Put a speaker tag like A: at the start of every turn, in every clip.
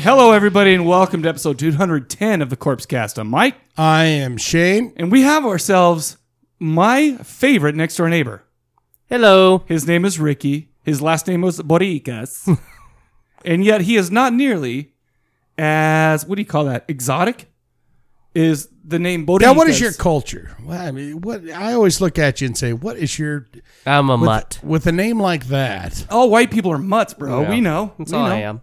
A: Hello, everybody, and welcome to episode 210 of the Corpse Cast. I'm Mike,
B: I am Shane.
A: and we have ourselves my favorite next door neighbor.
C: Hello.
A: His name is Ricky. His last name was Boricas. and yet he is not nearly as, what do you call that, exotic? Is the name Boricas.
B: Now, what is your culture? Well, I mean, what I always look at you and say, "What is your
C: I'm a
B: with,
C: mutt.
B: with a name like that?"
A: All white people are mutts, bro. Oh, We know.
C: That's
A: We
C: all
A: know.
C: I am.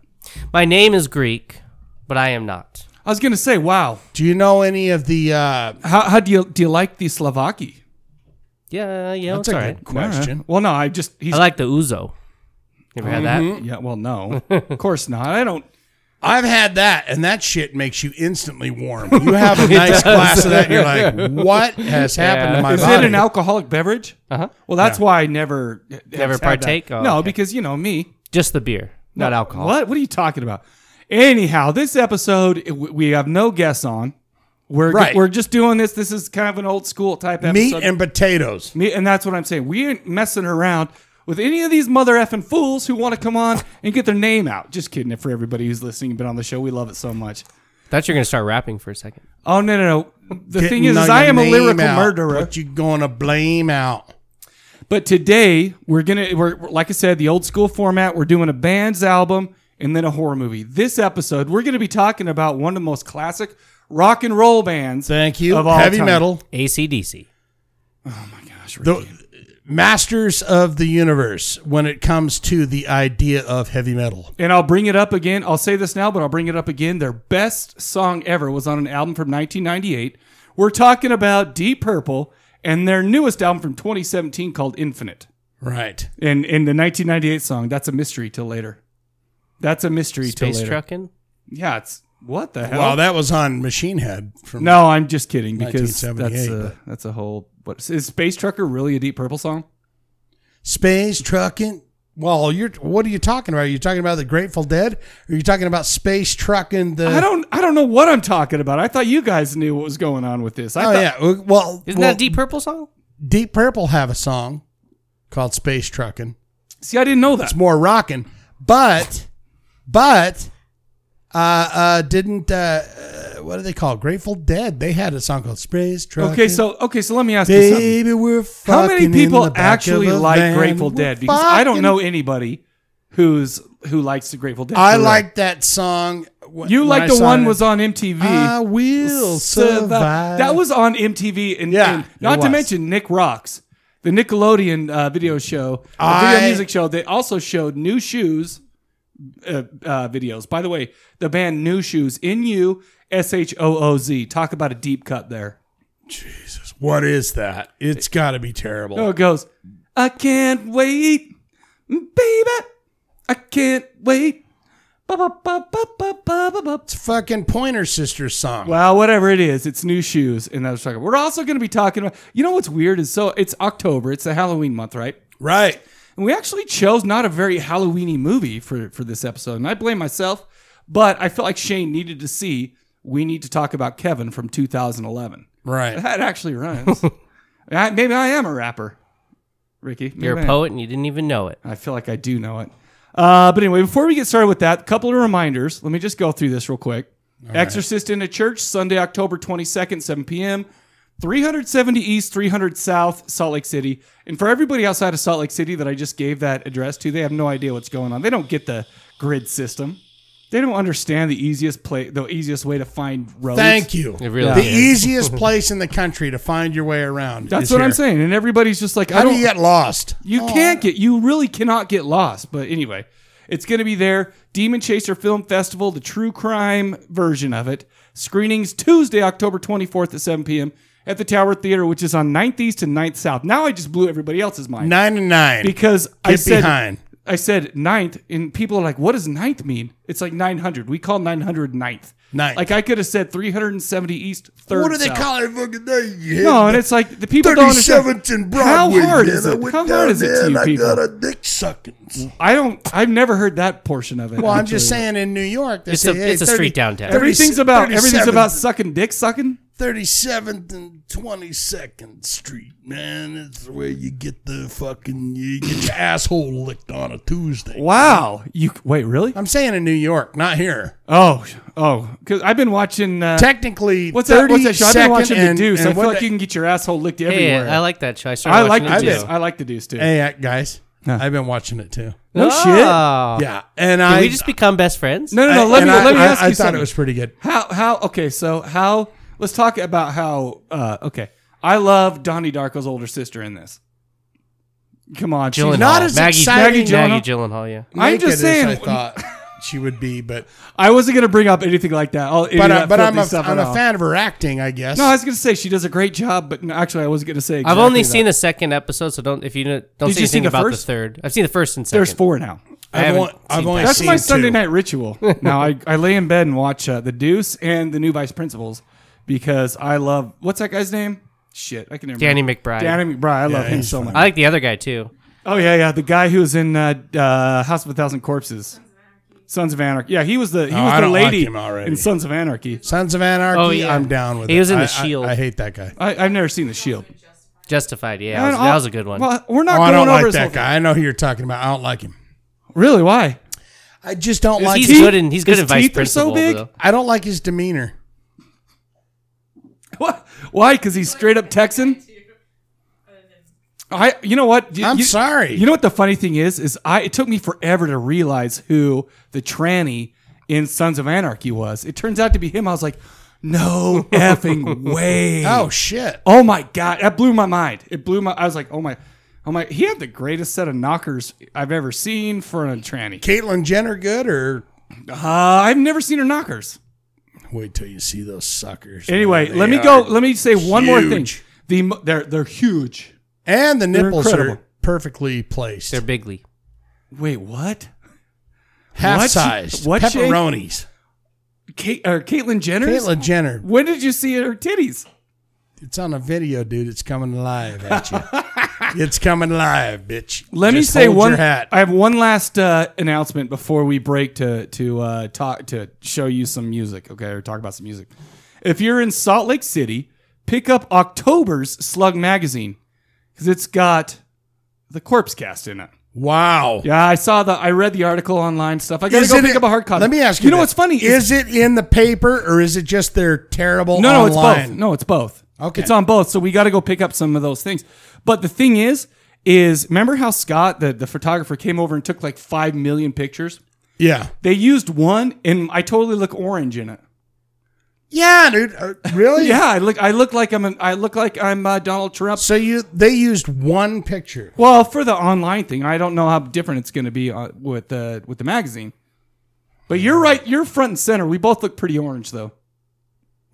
C: My name is Greek, but I am not.
A: I was going to say, wow.
B: Do you know any of the? Uh,
A: How, how do you do you like the Slovaki?
C: Yeah, yeah,
B: that's
C: it's
B: a
C: all
B: good
C: right.
B: question.
A: Well, no, I just, he's,
C: I like the Uzo. You ever had that?
A: yeah, well, no. of course not. I don't,
B: I've had that, and that shit makes you instantly warm. You have a nice glass of that, and you're like, "What has happened to my
A: Is
B: body?"
A: it an alcoholic beverage? Uh-huh. Well, that's why I never
C: Never
A: had that.
C: partake? Oh,
A: no,
C: okay.
A: because you know me.
C: Just the beer, not
B: Oh.
C: alcohol.
A: What? What are you talking about? Anyhow, this episode it- we we have no guests on. We're
B: Right.
A: we're just doing this. This is kind of an old school type episode.
B: Meat and potatoes.
A: Me- and that's what I'm saying. We ain't messing around with any of these mother effing fools who want to come on and get their name out. Just kidding. For everybody who's listening, and been on the show, we love it so much.
C: Thought you were gonna start rapping for a second.
A: Oh no no no! The
B: Getting
A: thing is, is
B: your
A: I am a
B: name
A: lyrical
B: out.
A: murderer.
B: What you gonna blame out?
A: But today we're gonna we're we're- like I said, the old school format. We're doing a band's album and then a horror movie. This episode we're gonna be talking about one of the most classic rock and roll bands.
B: Thank you.
A: Of all
B: Heavy
A: time. Oh
B: metal,
C: ACDC.
B: the masters of the universe when it comes to the idea of heavy metal.
A: And I'll bring it up again. I'll say this now, but I'll bring it up again. Their best song ever was on an album from 1998. We're talking about Deep Purple and their newest album from 2017 called Infinite.
B: Right.
A: And in the 1998 song, that's a mystery till later. That's a mystery till
C: Space
A: later.
C: trucking.
A: Yeah, it's what the hell?
B: Wow, that was on Machine Head from
A: No, I'm just kidding because that's
B: 1978,
A: a that's a whole. What is Space Trucker really a Deep Purple song?
B: Space Trucking. Well, you're what are you talking about? Are you talking about the Grateful Dead? Or are you talking about Space Trucking the
A: I don't I don't know what I'm talking about. I thought you guys knew what was going on with this. I
B: Oh
A: thought,
B: yeah. Well,
C: Isn't
B: well,
C: that a Deep Purple song?
B: Deep Purple have a song called Space Trucking.
A: See, I didn't know that.
B: It's more rocking, but but uh uh didn't uh, uh what do they call it? Grateful Dead? They had a song called Space Trucking.
A: Okay, so okay, so let me ask you something.
B: Baby, we're
A: How many
B: fucking in
A: people
B: the back
A: actually
B: of a
A: like
B: van.
A: Grateful
B: We're
A: Dead? Because I don't
B: fucking-
A: know anybody who's who likes the Grateful Dead.
B: I
A: for real.
B: like that song. wh-
A: you
B: when I
A: like the
B: saw
A: one
B: it.
A: was on MTV.
B: I will survive.
A: That was on MTV, and,
B: Yeah,
A: and
B: it
A: not to
B: was.
A: mention Nick Rocks, the Nickelodeon uh, video show, uh, video
B: I-
A: music show. They also showed New Shoes uh, uh, videos. By the way, the band New Shoes, N U S H O O Z. Talk about a deep cut there.
B: What is that? It's got to be terrible.
A: Oh, it goes. I can't wait, baby. I can't wait. Ba, ba, ba, ba, ba, ba, ba, ba.
B: It's a fucking Pointer Sisters song.
A: Well, whatever it is, it's new shoes, and I was talking. We're also going to be talking about. You know what's weird is so it's October. It's the Halloween month, right?
B: right.
A: And we actually chose not a very Halloweeny movie for for this episode, and I blame myself. But I felt like Shane needed to see. We need to talk about Kevin from 2011.
B: Right.
A: That actually rhymes. I, maybe I am a rapper, Ricky. maybe
C: You're
A: I
C: a
A: am.
C: poet and you didn't even know it.
A: I feel like I do know it. Uh, but anyway, before we get started with that, a couple of reminders. Let me just go through this real quick. Exorcist in a Church, Sunday, October 22nd, 7 p.m., 370 East, 300 South, Salt Lake City. And for everybody outside of Salt Lake City that I just gave that address to, they have no idea what's going on. They don't get the grid system. They don't understand the easiest play, the easiest way to find roads.
B: Thank you.
C: It really
B: the
C: is.
B: easiest place in the country to find your way around.
A: That's
B: is
A: what I'm
B: here.
A: saying. And everybody's just like, I
B: How
A: don't
B: do you get lost?
A: You can't get, you really cannot get lost. But anyway, It's going to be there. Demon Chaser Film Festival, the true crime version of it. Screenings Tuesday, October 24th at 7 p.m. at the Tower Theater, which is on 9th East and 9th South. Now I just blew everybody else's mind
B: Nine and nine.
A: because I
B: Get
A: said
B: behind.
A: I said ninth, and people are like, "What does ninth mean?" It's like nine hundred. We call 900 ninth.
B: Ninth.
A: Like I could have said three hundred and seventy east. Third.
B: what do they
A: south.
B: call it? Fucking thing? You hit
A: No, and it's like the people don't understand.
B: 37th and
A: How
B: Broadway,
A: hard
B: man.
A: is
B: I
A: it?
B: went
A: How
B: down
A: hard is it
B: there
A: to
B: and
A: you people?
B: I got a dick suckings.
A: I don't. I've never heard that portion of it.
B: Well, I'm just
A: actually.
B: saying in New York, they
C: It's
B: say,
C: a-
B: hey,
C: it's a street downtown.
A: Everything's about everything's about sucking dick, sucking.
B: 37th and 22nd Street, man. It's where you get the fucking you get your asshole licked on a Tuesday.
A: Wow. You wait, really?
B: I'm saying in New York, not here.
A: Oh, oh. Because I've been watching. Uh,
B: Technically,
A: what's that? What's that show? I've been
B: 32nd
A: watching
B: and,
A: the Deuce.
B: and
A: I feel
B: what
A: like
B: the-
A: you can get your asshole licked
C: Hey,
A: everywhere.
C: I like that show. I started
A: I
C: watching
A: like
C: it
A: the
C: too.
A: Deuce. I like the Deuce too.
B: Hey, uh, guys, I've been watching it too.
A: No shit.
C: Oh.
B: Yeah, and
C: Did
B: I
C: we just become best friends?
A: No, no, no.
B: I-
A: let me
B: and I-
A: let me
B: I-
A: ask
B: I
A: you
B: thought
A: something.
B: it was pretty good.
A: How how okay, so how let's talk about how uh okay. I love Donnie Darko's older sister in this. Come on, she's
C: Gyllenhaal.
B: not as
C: Maggie,
B: exciting-
C: Maggie Gyllenhaal, yeah.
A: I'm just
B: Naked as
A: saying-
B: I thought she would be, but
A: I wasn't gonna bring up anything like that. I'll,
B: but I, but I'm a,
A: stuff
B: I'm
A: at
B: a
A: all.
B: fan of her acting, I guess.
A: No, I was gonna say she does a great job, but no, actually, I wasn't gonna say.
C: I've
A: exactly
C: only
A: that.
C: seen the second episode, so don't if you don't, don't
A: Did
C: say
A: you see
C: anything
A: the
C: about
A: first?
C: the third. I've seen the first and second.
A: There's four now.
C: I haven't
B: on- I've
C: seen
B: only
C: that.
A: That's my
B: seen
A: Sunday
B: two.
A: night ritual. now I, I lay in bed and watch uh, The Deuce and The New Vice Principals because I love what's that guy's name? Shit, I can never
C: Danny
A: remember.
C: McBride.
A: Danny McBride. I love him
B: he's
A: so
B: funny.
A: much.
C: I like the other guy too.
A: Oh yeah, yeah, the guy who was in uh, uh, House of a Thousand Corpses, Sons of Anarchy. Yeah, he was the he was
B: Oh, I
A: the
B: don't like
A: lady
B: him already.
A: in Sons of Anarchy.
B: Sons of Anarchy.
C: Oh, yeah.
B: I'm down with.
C: He
B: it.
C: was in The
B: I- I-
C: Shield.
B: I, hate that guy.
A: I, I've never seen The Shield.
C: Justified, yeah. that was-
A: And
C: that
A: I'll-
C: was a good one.
A: Well, we're
B: Oh,
A: not
B: I
A: going
B: don't
A: over
B: like
A: his
B: that
A: whole-
B: guy. I know who you're talking about. I don't like him.
A: Really? Why?
B: I just don't like.
C: he's
B: his-
C: good in he's good
A: uh, his
C: in vice
A: teeth are so
C: principal.
A: big.
C: though.
B: I don't like his demeanor.
A: What? Why? Because he's straight up Texan. I. You know what? You-
B: I'm
A: you-
B: sorry.
A: You know what the funny thing is? Is I. It took me forever to realize who the tranny in Sons of Anarchy was. It turns out to be him. I was like, no effing way.
B: oh shit.
A: Oh my god, that blew my mind. It blew my. I was like, oh my, oh my. He had the greatest set of knockers I've ever seen for a tranny.
B: Caitlyn Jenner, good or
A: Uh, I've never seen her knockers.
B: wait till you see those suckers.
A: Anyway,
B: They
A: let me
B: are-
A: go. Let me say one more thing.
B: huge.
A: The mo- they're they're huge.
B: And the nipples are
A: incredible.
B: perfectly placed.
C: They're bigly.
A: Wait, what?
B: half
A: what
B: sized.
A: shape- what shape?
B: pepperonis.
A: Kate or Caitlyn Jenner's?
B: Caitlyn Jenner.
A: When did you see her titties?
B: It's on a video, dude. It's coming live at you. it's coming live, bitch.
A: Let me
B: Just
A: say
B: hold
A: one.
B: Your hat.
A: I have one last uh, announcement before we break to to uh, talk to show you some music. Okay, or talk about some music. If you're in Salt Lake City, pick up October's Slug magazine because it's got the corpse cast in it.
B: wow.
A: Yeah, I saw the. I read the article online stuff. I gotta
B: Is
A: go
B: it
A: pick
B: in-
A: up a hard copy.
B: Let me ask you.
A: You know
B: this.
A: what's funny
B: Is it in the paper or is it just their terrible?
A: No, no, it's
B: online?
A: both. No, it's both.
B: Okay.
A: It's on both. So we got to go pick up some of those things. But the thing is, is remember how Scott, the, the photographer, came over and took like 5 million pictures?
B: Yeah.
A: They used one, and I totally look orange in it.
B: Yeah, dude. Uh, really?
A: Yeah, I look. I look like I'm. An, I look like I'm uh, Donald Trump.
B: So you they used one picture.
A: Well, for the online thing, I don't know how different it's going to be uh, with the with the magazine. But you're right. You're front and center. We both look pretty orange, though.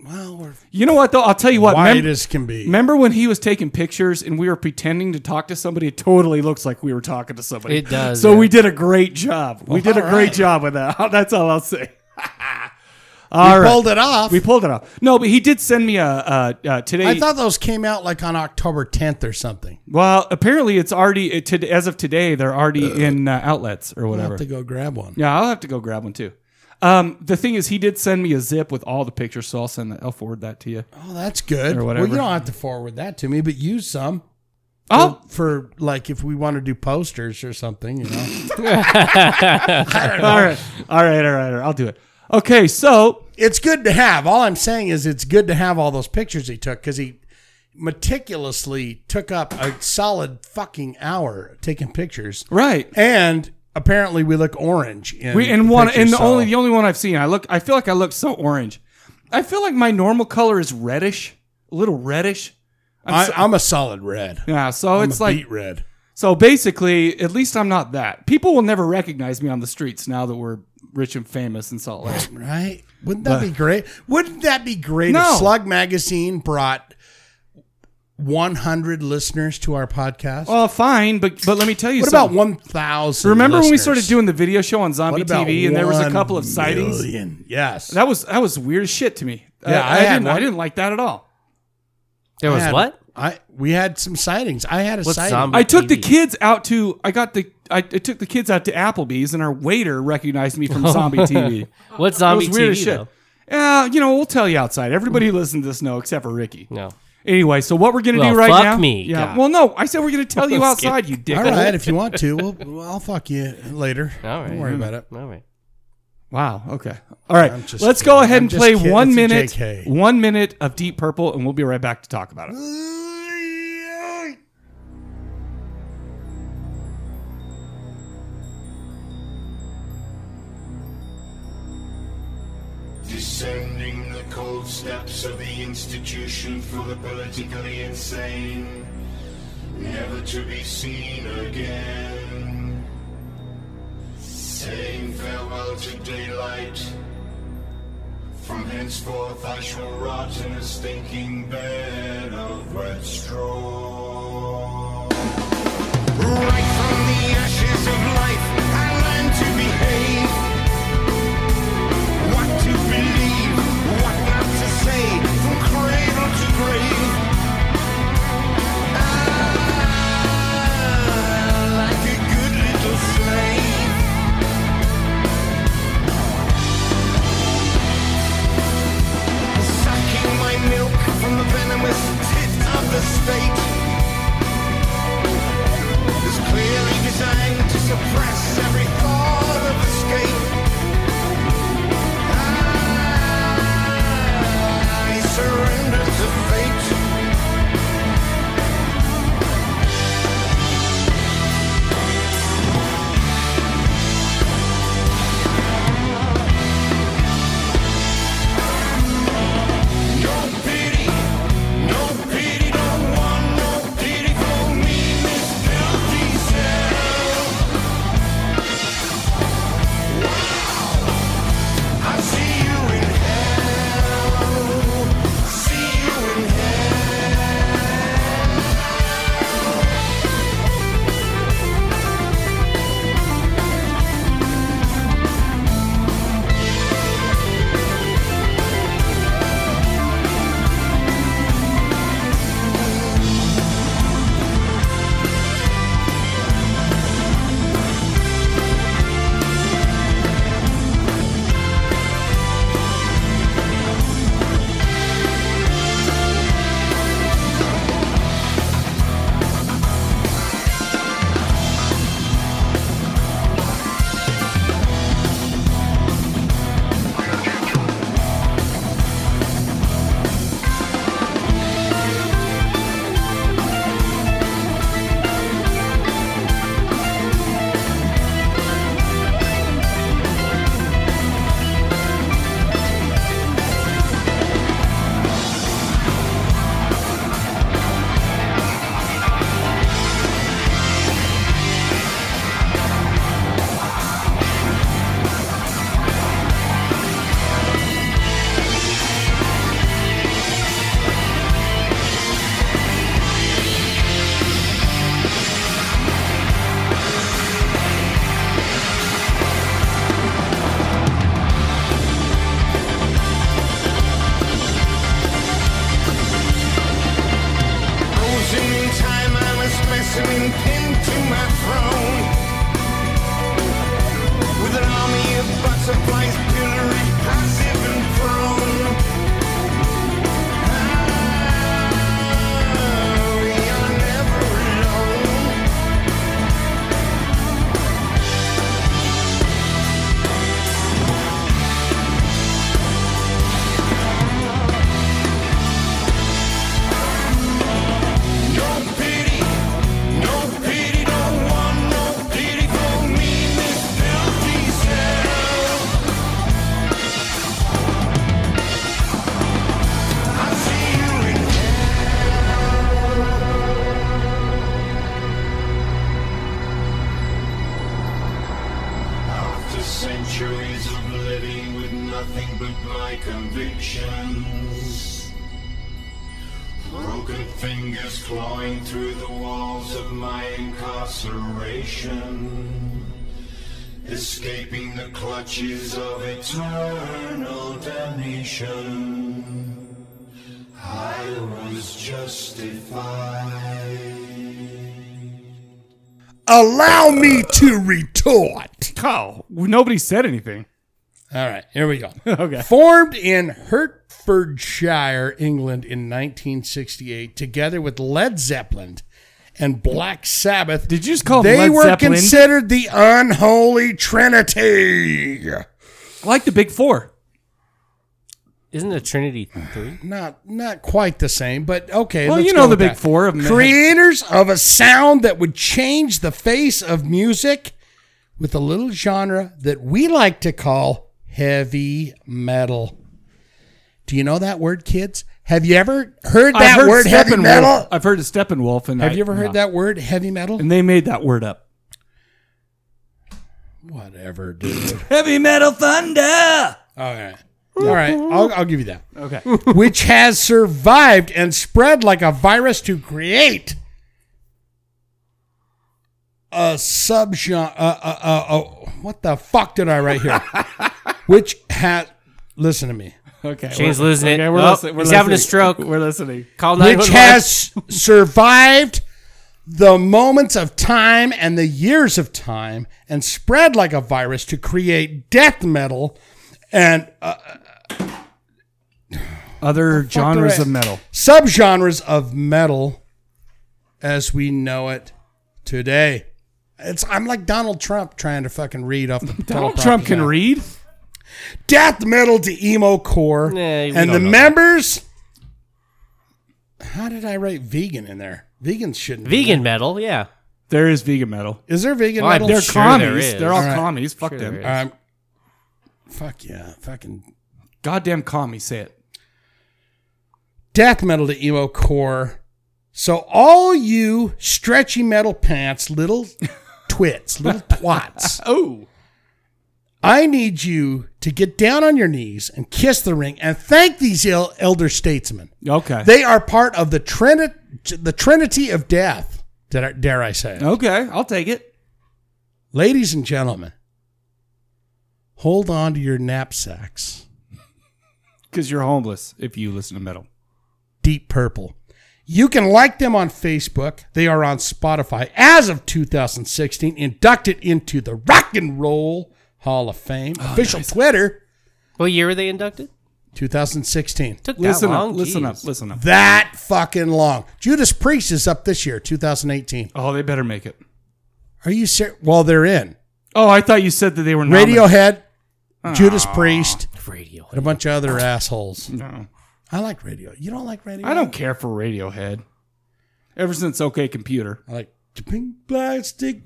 B: Well, we're
A: You know what, though? I'll tell you what.
B: white
A: mem-
B: as can be.
A: Remember when he was taking pictures and we were pretending to talk to somebody? It totally looks like we were talking to somebody.
C: It does,
A: So
C: yeah.
A: we did a great job. we did a
B: all
A: great
B: right.
A: job with that. That's all I'll say. All right.
B: Pulled it off.
A: We pulled it off. No, but he did send me a uh, uh, today.
B: I thought those came out like on October 10th or something.
A: well, apparently it's already it, to, as of today they're already in uh, outlets or
B: I'll
A: whatever.
B: have to go grab one.
A: yeah, I'll have to go grab one too. Um, the thing is, he did send me a zip with all the pictures, so I'll send that. I'll forward that to you.
B: Oh, that's good.
A: Or
B: Well,
A: whatever.
B: you don't have to forward that to me, but use some.
A: Oh,
B: for like if we want to do posters or something, you know.
A: Oh, all right, all right, all right, all right. I'll do it. Okay, so
B: it's good to have. All I'm saying is it's good to have all those pictures he took because he meticulously took up a solid fucking hour taking pictures,
A: right.
B: and apparently we look orange. In
A: We
B: the
A: and one
B: pictures,
A: and the
B: so-
A: only the only one I've seen. I look. I feel like I look so orange. I feel like my normal color is reddish, a little reddish.
B: I, I'm a solid red.
A: Yeah, so
B: I'm
A: it's
B: a
A: like
B: beet red.
A: So basically, at least I'm not that. People will never recognize me on the streets now that we're rich and famous in Salt Lake.
B: Right? Wouldn't that be great? Wouldn't that be great
A: No.
B: if Slug Magazine brought 100 listeners to our podcast?
A: Oh, fine, but but let me tell you
B: what
A: something.
B: about 1,000?
A: Remember when we
B: listeners?
A: started doing the video show on
B: What
A: Zombie
B: about
A: TV and there was a
B: 1
A: couple of sightings?
B: million? Yes.
A: That was that was weird as shit to me. I, I
B: Yeah, I had
A: didn't I
B: one.
A: didn't like that at all.
C: There was
B: I had-
C: what?
B: I we had some sightings. I had a
C: What's
B: sighting.
C: zombie?
A: I took the
C: TV?
A: kids out to I got the I, I took the kids out to Applebee's and our waiter recognized me from Zombie TV.
C: What's
A: It
C: zombie
A: was weird
C: TV?
A: as shit.
C: though?
A: Yeah, you know we'll tell you outside. Everybody who listens to this know except for Ricky.
C: No.
A: Anyway, so what we're gonna
C: Well,
A: do right
C: fuck
A: now?
C: me,
A: Yeah.
C: God.
A: Well, no, I said we're gonna tell you
C: Let's get-
A: outside. You dick.
B: All right, if you want to, we'll, well, I'll fuck you later.
C: All
B: Don't
C: right.
B: worry about it.
C: All right.
A: Wow. Okay. All right.
B: I'm just
A: Let's
B: kidding.
A: go ahead
B: I'm
A: and
B: just
A: play
B: kidding.
A: one
B: It's a
A: minute.
B: JK.
A: One minute of Deep Purple, and we'll be right back to talk about it.
D: Descending the cold steps of the institution for the politically insane, never to be seen again. Saying farewell to daylight. From henceforth I shall rot in a stinking bed of red straw. Right from the ashes of life, I learn to behave. What to believe, what not to say, from cradle to grave. Ah, like a good little slave. sucking my milk from the venomous tit of the state. Is clearly designed to suppress every thought of escape. Ah, nothing but my convictions. Broken fingers clawing through the walls of my incarceration. Escaping the clutches of eternal damnation. I was justified.
B: Allow me to retort.
A: Oh, nobody said anything.
B: All right, here we go.
A: Okay.
B: Formed in Hertfordshire, England in 1968, together with Led Zeppelin and Black Sabbath.
A: Did you just call
B: they
A: Led
B: were
A: Zeppelin?
B: considered the unholy trinity.
A: like the Big Four.
C: Isn't the Trinity three?
B: Not not quite the same, but okay.
A: Well,
B: let's
A: you
B: go
A: know the
B: with
A: Big
B: that.
A: Four of them.
B: Creators of a sound that would change the face of music with a little genre that we like to call heavy metal. Do you know that word, kids? Have you ever heard that
A: I've heard
B: word heavy
A: Steppenwolf.
B: metal?
A: I've heard of Steppenwolf, and
B: Have
A: I-
B: you ever heard
A: no.
B: that word heavy metal?
A: And they made that word up.
B: Whatever, dude.
A: Heavy metal thunder.
B: All right. All right. I'll, I'll give you that.
A: Okay.
B: Which has survived and spread like a virus to create a subgenre. Uh, uh, uh, oh, what the fuck did I write here? Which has. Listen to me.
A: Okay.
C: Shane's
A: we're-
C: losing it.
A: Okay, we're
C: Oh,
A: listening. We're
C: he's having a
A: listening.
C: stroke.
A: We're listening.
C: Call
B: Which
C: 911.
B: has survived the moments of time and the years of time and spread like a virus to create death metal and
A: Other genres
B: do I-
A: of metal.
B: subgenres of metal as we know it today. It's I'm like Donald Trump trying to fucking read off the
A: Donald Trump can read.
B: death metal to emo core
C: Nah, we
B: and the
C: don't know
B: members. How did I write vegan in there? Vegans shouldn't. Be.
C: vegan metal. Yeah,
A: There is vegan metal.
B: Is there vegan
C: Well, I
B: metal?
A: They're
C: Sure
A: commies.
C: there is.
A: They're all
B: All right.
A: commies. Fuck
C: Sure
A: them.
C: there is.
B: Um, fuck yeah, fucking
A: Goddamn commies. Say it.
B: death metal to emo core. So all you stretchy metal pants, little twits, little twats.
A: Oh.
B: I need you to get down on your knees and kiss the ring and thank these el- elder statesmen.
A: Okay.
B: They are part of the trinity, the trinity of death. Did I, dare I say? it.
A: okay. I'll take it.
B: Ladies and gentlemen, hold on to your knapsacks.
A: Because you're homeless if you listen to metal.
B: Deep Purple. You can like them on Facebook. They are on Spotify. As of 2016, inducted into the Rock and Roll Hall of Fame. Official Twitter,
C: What year were they inducted?
B: 2016.
C: Took
A: Listen
C: that long.
A: up. Listen up.
C: Jeez.
A: Listen up.
B: that fucking long. Judas Priest is up this year, 2018.
A: Oh, they better make it.
B: Are you serious? Well, they're in
A: Oh, I thought you said that they were nominated.
B: Radiohead, Judas Priest,
C: Radio.
B: and a bunch of other assholes.
A: No.
B: I like radio. You don't like radio?
A: I don't care for Radiohead. Ever since OK Computer.
B: I like pink plastic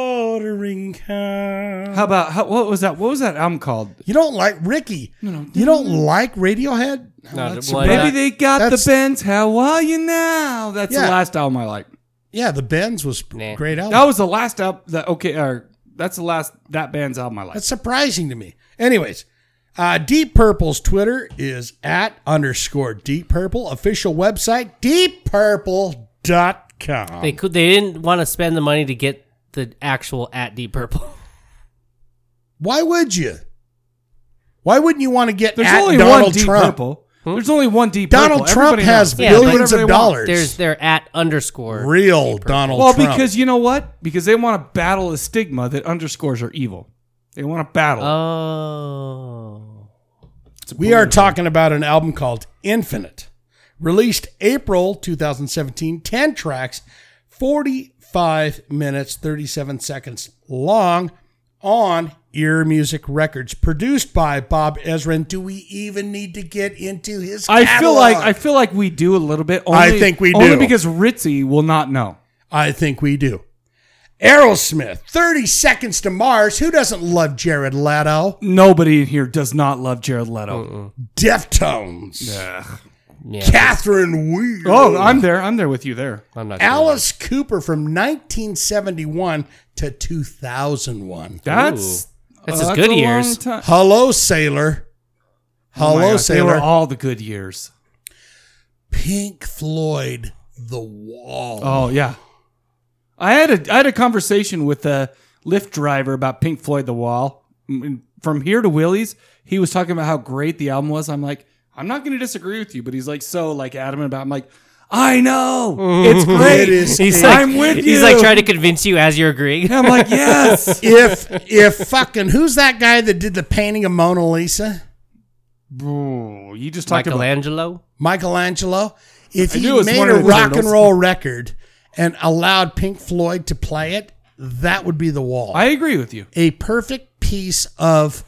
B: watering can.
A: How about how, what was that? What was that album called?
B: You don't like Ricky. You don't like Radiohead? No,
C: No,
B: that's-
C: well,
A: Maybe
C: that-
A: they got the
B: that's-
A: Benz. How are you now? That's
B: Yeah. Oh.
A: the last album I like.
B: yeah, the Bends was
C: Nah.
B: great album.
A: That was the last album. That okay, or that's the last that band's album I like.
B: That's surprising to me. Anyways, uh, Deep Purple's Twitter is at underscore Deep Purple. Official website, deeppurple.com.
C: They could. They didn't want to spend the money to get the actual at Deep Purple.
B: Why would you? Why wouldn't you want to get
A: There's
B: at
A: only
B: Donald
A: one Deep
B: Trump?
A: Purple. There's only one Deep
B: Donald
A: Purple.
B: Trump
A: Everybody
B: has
A: knows.
C: Yeah, but
B: billions
A: whatever
B: of
A: they want.
B: dollars.
C: There's their at underscore.
B: Real Donald
A: Well,
B: Trump.
A: because you know what? Because they want to battle the stigma that underscores are evil. They want to battle.
C: Uh, Oh.
A: It's
B: we are talking about an album called Infinite, released April 2017, 10 tracks, 45 minutes, 37 seconds long on Ear Music Records, produced by Bob Ezrin. Do we even need to get into his
A: I feel like
B: catalog?
A: I feel like we do a little bit. Only,
B: I think we
A: only
B: do.
A: because Ritzy will not know.
B: I think we do. Aerosmith, 30 Seconds to Mars. Who doesn't love Jared Leto?
A: Nobody in here does not love Jared Leto.
B: Deftones.
C: Yeah.
B: Catherine Weir.
A: Oh, I'm there. I'm there with you there.
C: I'm not. sure.
B: Alice Cooper from 1971 to 2001.
A: That's
C: That's
A: uh,
C: his good
A: a long
C: years.
A: time.
B: Hello, Sailor.
A: Oh my
B: Hello,
A: God, They
B: Sailor.
A: were all the good years.
B: Pink Floyd, The Wall.
A: Oh yeah, I had a I had a conversation with a Lyft driver about Pink Floyd The Wall. Mm, From here to Willie's, he was talking about how great the album was. I'm like, I'm not going to disagree with you, but he's like so like adamant about. I'm like, I know it's great.
B: It is
A: He's
B: He's
A: like, I'm with you.
C: He's like trying to convince you as you're agreeing.
A: And I'm like, yes.
B: if if fucking who's that guy that did the painting of Mona Lisa?
A: Bro, you just talked about Mm-hmm.
C: Michelangelo.
B: Michelangelo. If
A: I
B: he
A: knew it was
B: made
A: one
B: a
A: of the
B: rock and
A: Turtles.
B: roll record and allowed Pink Floyd to play it, that would be the wall.
A: I agree with you.
B: a perfect piece of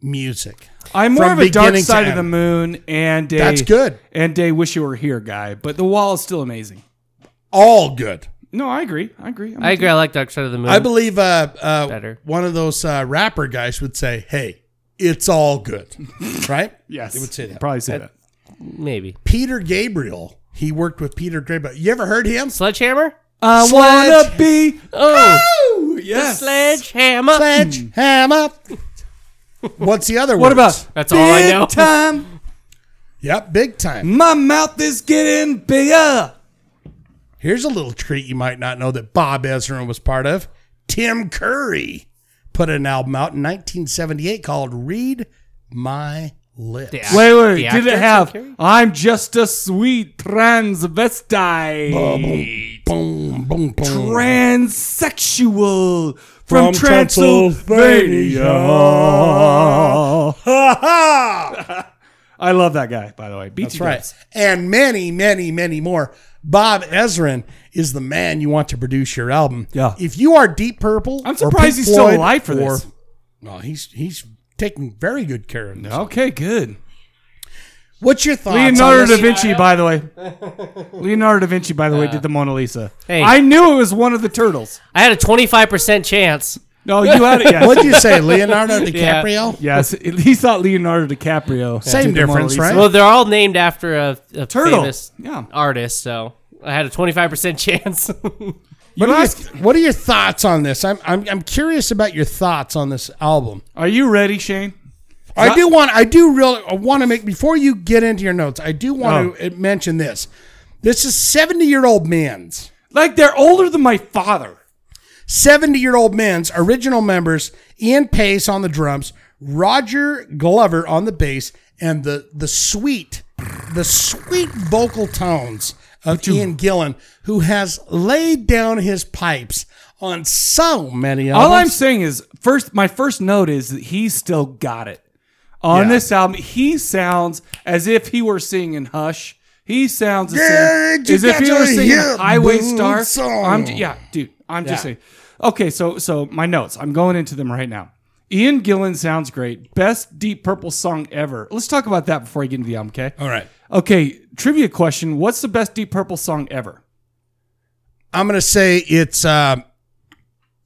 B: music.
A: I'm more
B: From
A: of a Dark
B: beginning to
A: Side of
B: end.
A: the Moon and a,
B: That's good.
A: and a Wish You Were Here guy, but The Wall is still amazing.
B: All good.
A: No, I agree. I agree. I'm
C: I
A: with you.
C: agree. I like Dark Side of the Moon.
B: I believe uh, uh,
C: Better.
B: one of those uh, rapper guys would say, "Hey, it's all good," right?
A: Yes,
B: They would say that.
A: Probably say that.
C: Maybe
B: Peter Gabriel. He worked with Peter Gabriel. You ever heard him?
A: Hmm.
C: Sledgehammer.
A: I
B: Sledge.
A: wanna be.
C: Oh,
A: Ooh, yes.
C: Sledgehammer.
B: Sledge hammer. What's the other one?
A: What about?
C: That's all I
A: big
C: know.
A: Time.
B: Yep, big time.
A: My mouth is getting bigger.
B: Here's a little treat you might not know that Bob Ezrin was part of. Tim Curry put an album out in 1978 called "Read My Lips."
C: The
A: Wait,
C: act-
A: wait.
C: the
A: Did
C: actor,
A: it have?
C: Jim Carrey?
A: I'm just a sweet transvestite,
B: Boom, boom, boom.
A: transsexual from,
B: From
A: Transylvania.
B: Transylvania. Ha ha!
A: I love that guy, by the way. Beat
B: That's
A: you
B: right.
A: guys.
B: And many, many, many more. Bob Ezrin is the man you want to produce your album.
A: Yeah.
B: If you are Deep Purple,
A: I'm
B: or
A: surprised
B: Pink
A: he's still
B: Floyd
A: alive for
B: or-
A: this.
B: No, he's he's taking very good care of himself.
A: Okay, good.
B: What's your thoughts?
A: Leonardo
B: on
A: da
B: Ah, this? Ah.
A: Vinci, by the way. Leonardo da Vinci, by the way, did the Mona Lisa.
C: Hey.
A: I knew it was one of the turtles.
C: I had a 25% chance.
A: No, you had it. Yes,
B: What'd you say, Leonardo DiCaprio?
A: yes. he thought Leonardo DiCaprio.
B: Same
A: did the Mona
B: difference,
A: Lisa.
B: right?
C: Well, they're all named after a, a
A: Turtle.
C: famous
A: Yeah.
C: artist, so I had a 25% chance.
B: What are,
A: ask-
B: your, what are your thoughts on this? I'm, I'm I'm curious about your thoughts on this album.
A: Are you ready, Shane?
B: I do want I do really I want to make before you get into your notes. I do want
A: Oh.
B: to mention this. This is 70 year old man's
A: Like they're older than my father.
B: 70 year old men's original members Ian Pace on the drums, Roger Glover on the bass, and the the sweet the sweet vocal tones of Ian Gillan, who has laid down his pipes on so many albums.
A: All I'm saying is, first, my first note is that he's still got it on
B: Yeah.
A: this album. He sounds as if he were singing "Hush." He sounds the
B: Yeah,
A: same
B: you
A: as if
B: got
A: he were
B: your
A: singing
B: hit
A: "Highway
B: boom
A: Star."
B: song.
A: I'm ju- yeah, dude. I'm just saying. Okay, so so my notes. I'm going into them right now. Ian Gillan sounds great. Best Deep Purple song ever. Let's talk about that before I get into the album. Okay.
B: All right.
A: Okay. Trivia question: What's the best Deep Purple song ever?
B: I'm gonna say it's um,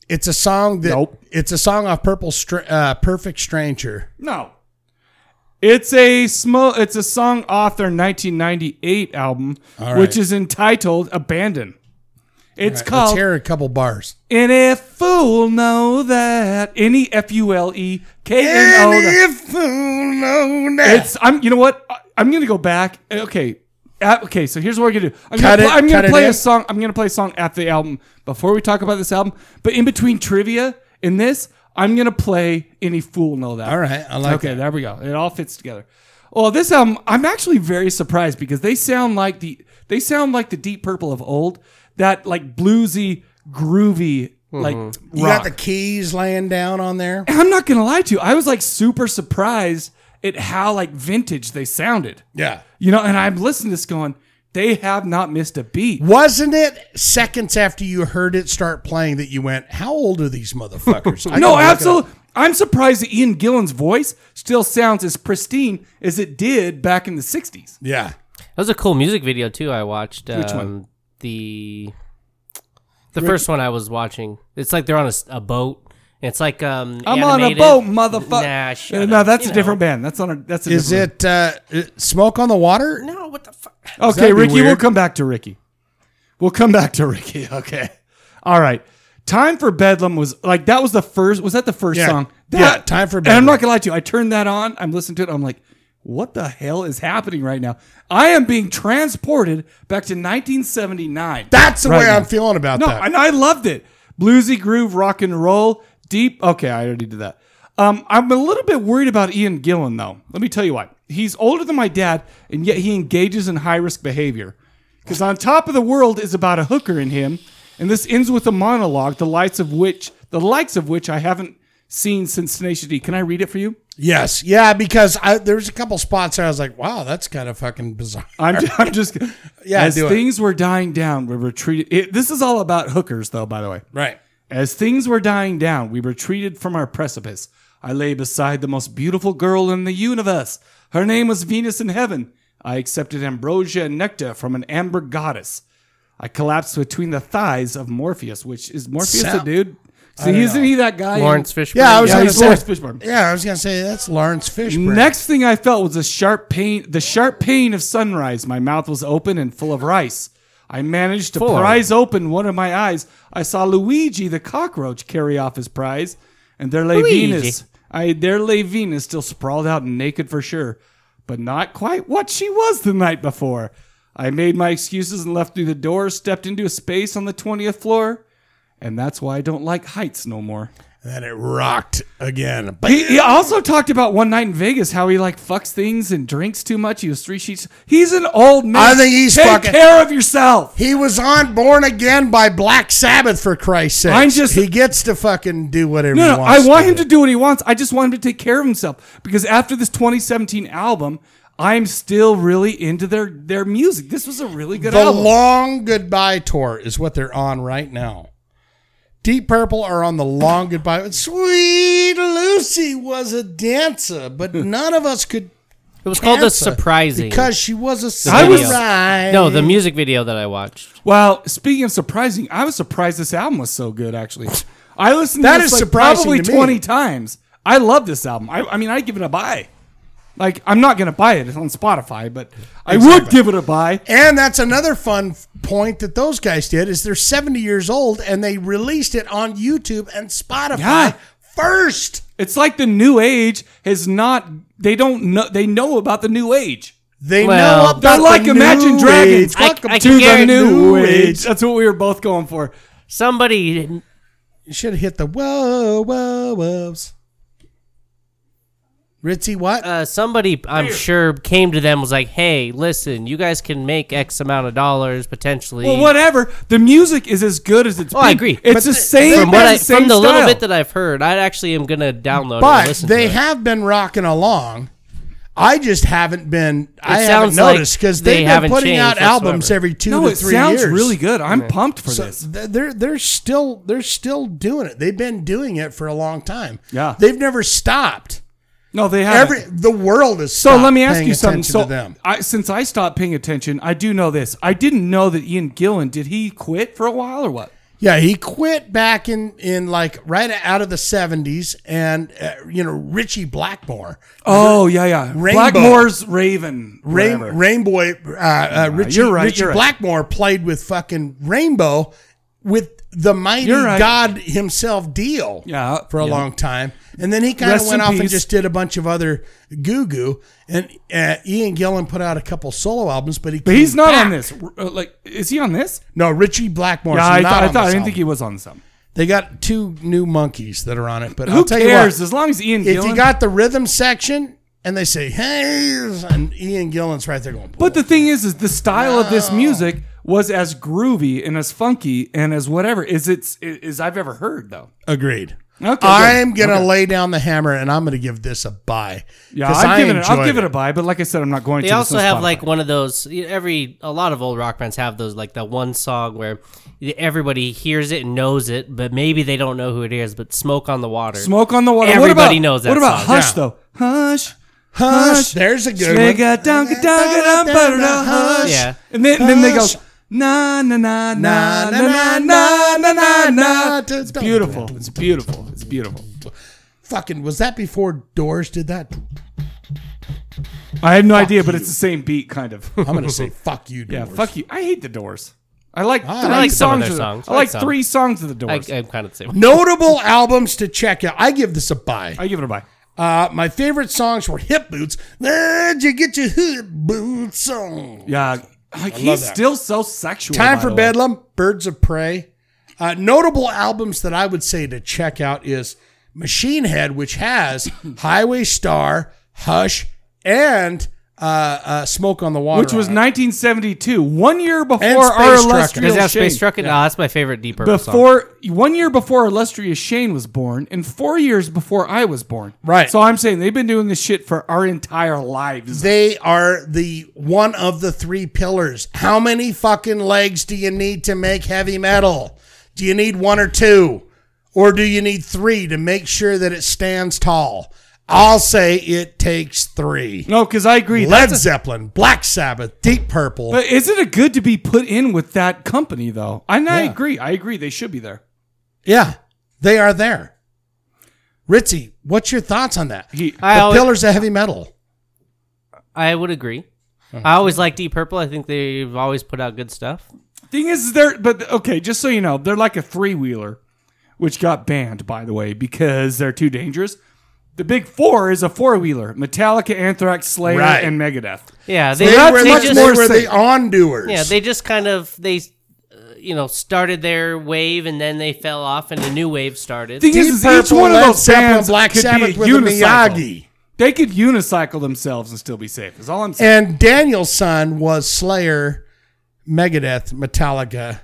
B: it's a song that
A: Nope.
B: it's a song off Purple Str- uh, Perfect Stranger.
A: No. It's a sm- it's a song off their 1998 album,
B: All right.
A: which is entitled "Abandon." It's
B: All right, let's
A: called
B: hear a couple bars.
A: "And If Fool Know That." N e f u l e k n o. that- It's I'm you know what I- I'm gonna go back. Okay, Uh, okay. So here's what we're gonna do. I'm
B: Cut
A: gonna,
B: it,
A: pl- I'm
B: cut
A: gonna
B: it
A: play a
B: in.
A: song. I'm gonna play a song at the album before we talk about this album. But in between trivia and this, I'm gonna play "Any Fool Know That."
B: All right, I like
A: okay,
B: that.
A: there we go. It all fits together. Well, this album, I'm actually very surprised because they sound like the they sound like the Deep Purple of old, that like bluesy, groovy, like rock.
B: Mm-hmm. You got the keys laying down on there.
A: I'm not gonna lie to you, I was like super surprised at how like vintage they sounded.
B: Yeah.
A: You know, and I'm listening to this going, they have not missed a beat.
B: Wasn't it seconds after you heard it start playing that you went, "How old are these motherfuckers?" I
A: No,
B: gotta look it up.
A: absolutely. I'm surprised that Ian Gillan's voice still sounds as pristine as it did back in the 60s.
B: Yeah.
C: That was a cool music video too. I watched. Um,
A: Which one?
C: The the first one I was watching. It's like they're on a, s- a boat. It's like um.
A: I'm
C: animated.
A: on a boat, motherfucker.
C: Nah, shut
A: no,
C: up,
A: that's
C: you
A: a different
C: know.
A: band. That's on a that's a
B: Is
A: different
B: it uh, uh, smoke on the water?
C: No, what the fuck?
A: band. Okay,
B: that'd be
A: Ricky, we'll
B: weird.
A: come back to Ricky. We'll come back to Ricky. Okay. All right. Time for Bedlam was like that was the first was that the first
B: Yeah.
A: song?
B: Yeah,
A: That-
B: Time for
A: And I'm
B: Bedlam.
A: not gonna lie to you, I turned that on, I'm listening to it, I'm like, what the hell is happening right now? I am being transported back to 1979.
B: That's the
A: Right
B: way
A: now.
B: I'm feeling about
A: No,
B: that.
A: and I loved it. Bluesy groove, rock and roll, deep. Okay, I already did that. Um, I'm a little bit worried about Ian Gillan, though. Let me tell you why. He's older than my dad, and yet he engages in high risk behavior. Because on top of the world is about a hooker in him, and this ends with a monologue, the lights of which, the likes of which, I haven't seen since Tenacious D. Can I read it for you?
B: yes, yeah, because I, there's a couple spots there. I was like, wow, that's kind of fucking bizarre.
A: I'm, I'm just
B: Yeah,
A: As
B: do it.
A: things were dying down, we retreated. It, this is all about hookers, though. By the way,
B: Right.
A: As things were dying down, we retreated from our precipice. I lay beside the most beautiful girl in the universe. Her name was Venus in heaven. I accepted ambrosia and nectar from an amber goddess. I collapsed between the thighs of Morpheus, which is Morpheus
B: Sound-
A: a dude? See, isn't he that guy? in-
C: Lawrence Fishburne.
B: Yeah, I was
A: Yeah,
B: gonna
A: he's
B: say.
A: Lawrence Fishburne.
B: Yeah, I was gonna say that's Lawrence Fishburne.
A: Next thing I felt was a sharp pain, the sharp pain of sunrise. My mouth was open and full of rice. I managed to
C: Full of
A: prize open one of my eyes. I saw Luigi the cockroach carry off his prize, and there lay
C: Luigi.
A: Venus. I there lay Venus still sprawled out and naked for sure, but not quite what she was the night before. I made my excuses and left through the door, stepped into a space on the 20th floor, and that's why I don't like heights no more.
B: and then it rocked again. But
A: He, he also talked about one night in Vegas how he like fucks things and drinks too much. He was three sheets. He's an old man.
B: I think he's
A: take
B: fucking-
A: care of yourself.
B: he was on Born Again by Black Sabbath for Christ's sake.
A: I'm just-
B: he gets to fucking do whatever.
A: No,
B: he
A: no,
B: wants
A: I want
B: do.
A: him to do what he wants. I just want him to take care of himself because after this 2017 album, I'm still really into their their music. This was a really good
B: The
A: album.
B: Long Goodbye Tour is what they're on right now. Deep Purple are on the Long Goodbye. Sweet Lucy was a dancer, but none of us could.
C: Hmm. It was called The
B: answer
C: Surprising.
B: because she was a
A: I was-
B: surprise.
C: no, the music video that I watched.
A: well, speaking of surprising, I was surprised this album was so good. Actually, I listened
B: That
A: to
B: is
A: this like,
B: surprising
A: probably
B: to me.
A: 20 times. I love this album. I, I mean, I give it a buy. Like, I'm not gonna buy it It's on Spotify, but I would give it a buy.
B: And that's another fun f- point that those guys did is they're 70 years old and they released it on YouTube and Spotify
A: Yeah.
B: first.
A: It's like the new age has not. They don't know. They know about the new age.
B: They
C: Well,
B: know about
A: They're
B: the
A: like
B: new
A: Imagine Dragons.
B: age.
C: I-
B: Welcome
C: I
B: to
C: can
B: the
C: guarantee-
B: new age.
A: That's what we were both going for.
C: Somebody,
B: You should have hit the whoa, whoa, whoas. Ritzy, what?
C: uh, somebody, I'm sure, came to them was like, "Hey, listen, you guys can make X amount of dollars potentially."
A: Well, whatever. The music is as good as it's.
C: Oh, I
A: been.
C: agree.
A: It's
C: But
A: the
C: the-
A: same.
C: From what I,
A: it's the same
C: from the little
A: style.
C: bit that I've heard, I actually am gonna download and
B: but
C: listen
B: they
C: to it.
B: have been rocking along. I just haven't been. I haven't
C: sounds like
B: noticed because
C: they
B: they've been
C: haven't
B: putting
C: changed
B: out albums
C: whatsoever.
B: every two
A: no,
B: to
A: it
B: three
A: sounds
B: years.
A: really good. I'm pumped for this.
B: Th- They're they're still they're still doing it. They've been doing it for a long time.
A: Yeah.
B: they've never stopped.
A: No, they have
B: Every the world is
A: So let me ask
B: paying
A: you something.
B: attention to
A: So
B: them.
A: I, since I stopped paying attention, I do know this. I didn't know that Ian Gillan did he quit for a while or what?
B: Yeah, he quit back in in like right out of the seventies, and uh, you know Richie Blackmore,
A: Oh yeah, yeah.
B: Rainbow.
A: Blackmore's Raven.
B: Rain,
A: whatever.
B: Rainbow, uh, uh, Richie,
A: you're right,
B: Richie
A: you're right.
B: Blackmore played with fucking Rainbow with the mighty
A: You're right.
B: God himself deal
A: Yeah,
B: for a
A: yeah.
B: long time, and then he kind
A: Rest
B: of went
A: in
B: off and
A: peace.
B: just did a bunch of other goo goo, and uh, Ian Gillan put out a couple solo albums, but he
A: But he's not on
B: back.
A: this. Uh, Like, is he on this?
B: No, Richie Blackmore's
A: Yeah,
B: not
A: I thought.
B: on
A: I, thought, I
B: this
A: didn't
B: album.
A: think he was on some.
B: They got two new monkeys that are on it, but
A: Who
B: I'll tell
A: cares?
B: you what.
A: as long as Ian
B: if
A: Gillan.
B: you got the rhythm section and they say hey and Ian Gillan's right there going
A: but the thing is, is the style of this music was as groovy and as funky and as whatever is it's is I've ever heard though.
B: agreed
A: Okay, good.
B: I'm gonna lay down the hammer and I'm gonna give this a buy
A: Yeah,
B: 'Cause I
A: I'll give it. A, I'll
B: enjoyed
A: give it a buy. But like I said, I'm not going
C: They
A: to.
C: also
A: It's on
C: have
A: Spotify.
C: like one of those. Every a lot of old rock bands have those like that one song where everybody hears it and knows it, but maybe they don't know who it is. But "Smoke on the Water,"
A: smoke on the water. what
C: Everybody
A: about,
C: knows that
A: What about
C: song.
A: Hush
B: Yeah.
A: though? Hush.
B: Hush, there's a good one.
A: Snigga dunga dunga dum ba da da, hush.
C: Yeah.
A: And then, then they go
B: Hush.
A: na na na na na na na na na na. It's Ah, beautiful. It's beautiful. It's beautiful.
B: fucking was that before Doors did that
A: I had no idea, but it's the same beat, kind of.
B: I'm gonna say fuck you
A: yeah,
B: Doors
A: fuck you. I hate the Doors. I like three
B: like
C: some of
A: songs.
C: their
A: of the-
C: songs.
A: I
C: I like
A: like
C: some.
A: three songs of the
C: I,
A: Doors. I,
C: I'm kind of the same.
B: notable albums to check out I give this a buy
A: give it a buy.
B: Uh, my favorite songs were Hip Boots. Where'd you get your hip boots on?
A: Yeah. Like, he's
B: that.
A: still so sexual.
B: Time
A: by
B: for
A: the way.
B: Bedlam, Birds of Prey. Uh, notable albums that I would say to check out is Machine Head, which has Highway Star, Hush, and uh, uh, Smoke on the Water.
A: Which was
B: on it.
A: 1972, one year before
B: And Space
A: our
B: Trucker.
A: illustrious
C: Does it have
A: Shane.
C: Space Truck? No, that's my favorite Deep Purple song.
A: Before one year before illustrious Shane was born, and four years before I was born.
B: Right.
A: So I'm saying they've been doing this shit for our entire lives.
B: They are the one of the three pillars. How many fucking legs do you need to make heavy metal? Do you need one or two? Or do you need three to make sure that it stands tall? I'll say it takes three.
A: No, because I agree.
B: Led
A: That's a-
B: Zeppelin, Black Sabbath, Deep Purple.
A: but isn't it good to be put in with that company though? And I agree. I agree. They should be there.
B: yeah, they are there. Ritzy, what's your thoughts on that?
A: He-
B: the
C: I always,
B: pillars of heavy metal.
C: I would agree.
B: Uh-huh.
C: I always like Deep Purple. I think they've always put out good stuff.
A: Thing is, they're but okay. Just so you know, they're like a three wheeler, which got banned by the way because they're too dangerous. The big four is a four wheeler: Metallica, Anthrax, Slayer,
B: Right.
A: and Megadeth.
C: Yeah,
B: They
A: that's
B: were,
A: they
B: much
A: just-
B: more
A: more
B: were the
A: safe.
B: on-doers.
C: Yeah, they just kind of they, uh, you know, started their wave and then they fell off and a new wave started.
A: Thing is,
B: Deep
A: is
B: Purple,
A: each one of
B: Led
A: those
B: Zeppelin,
A: bands
B: Black
A: could
B: Sabbath
A: be
B: with
A: a
B: a
A: unicycle.
B: Miyagi.
A: They could unicycle themselves and still be safe. Is all I'm saying.
B: And Daniel's son was Slayer, Megadeth, Metallica,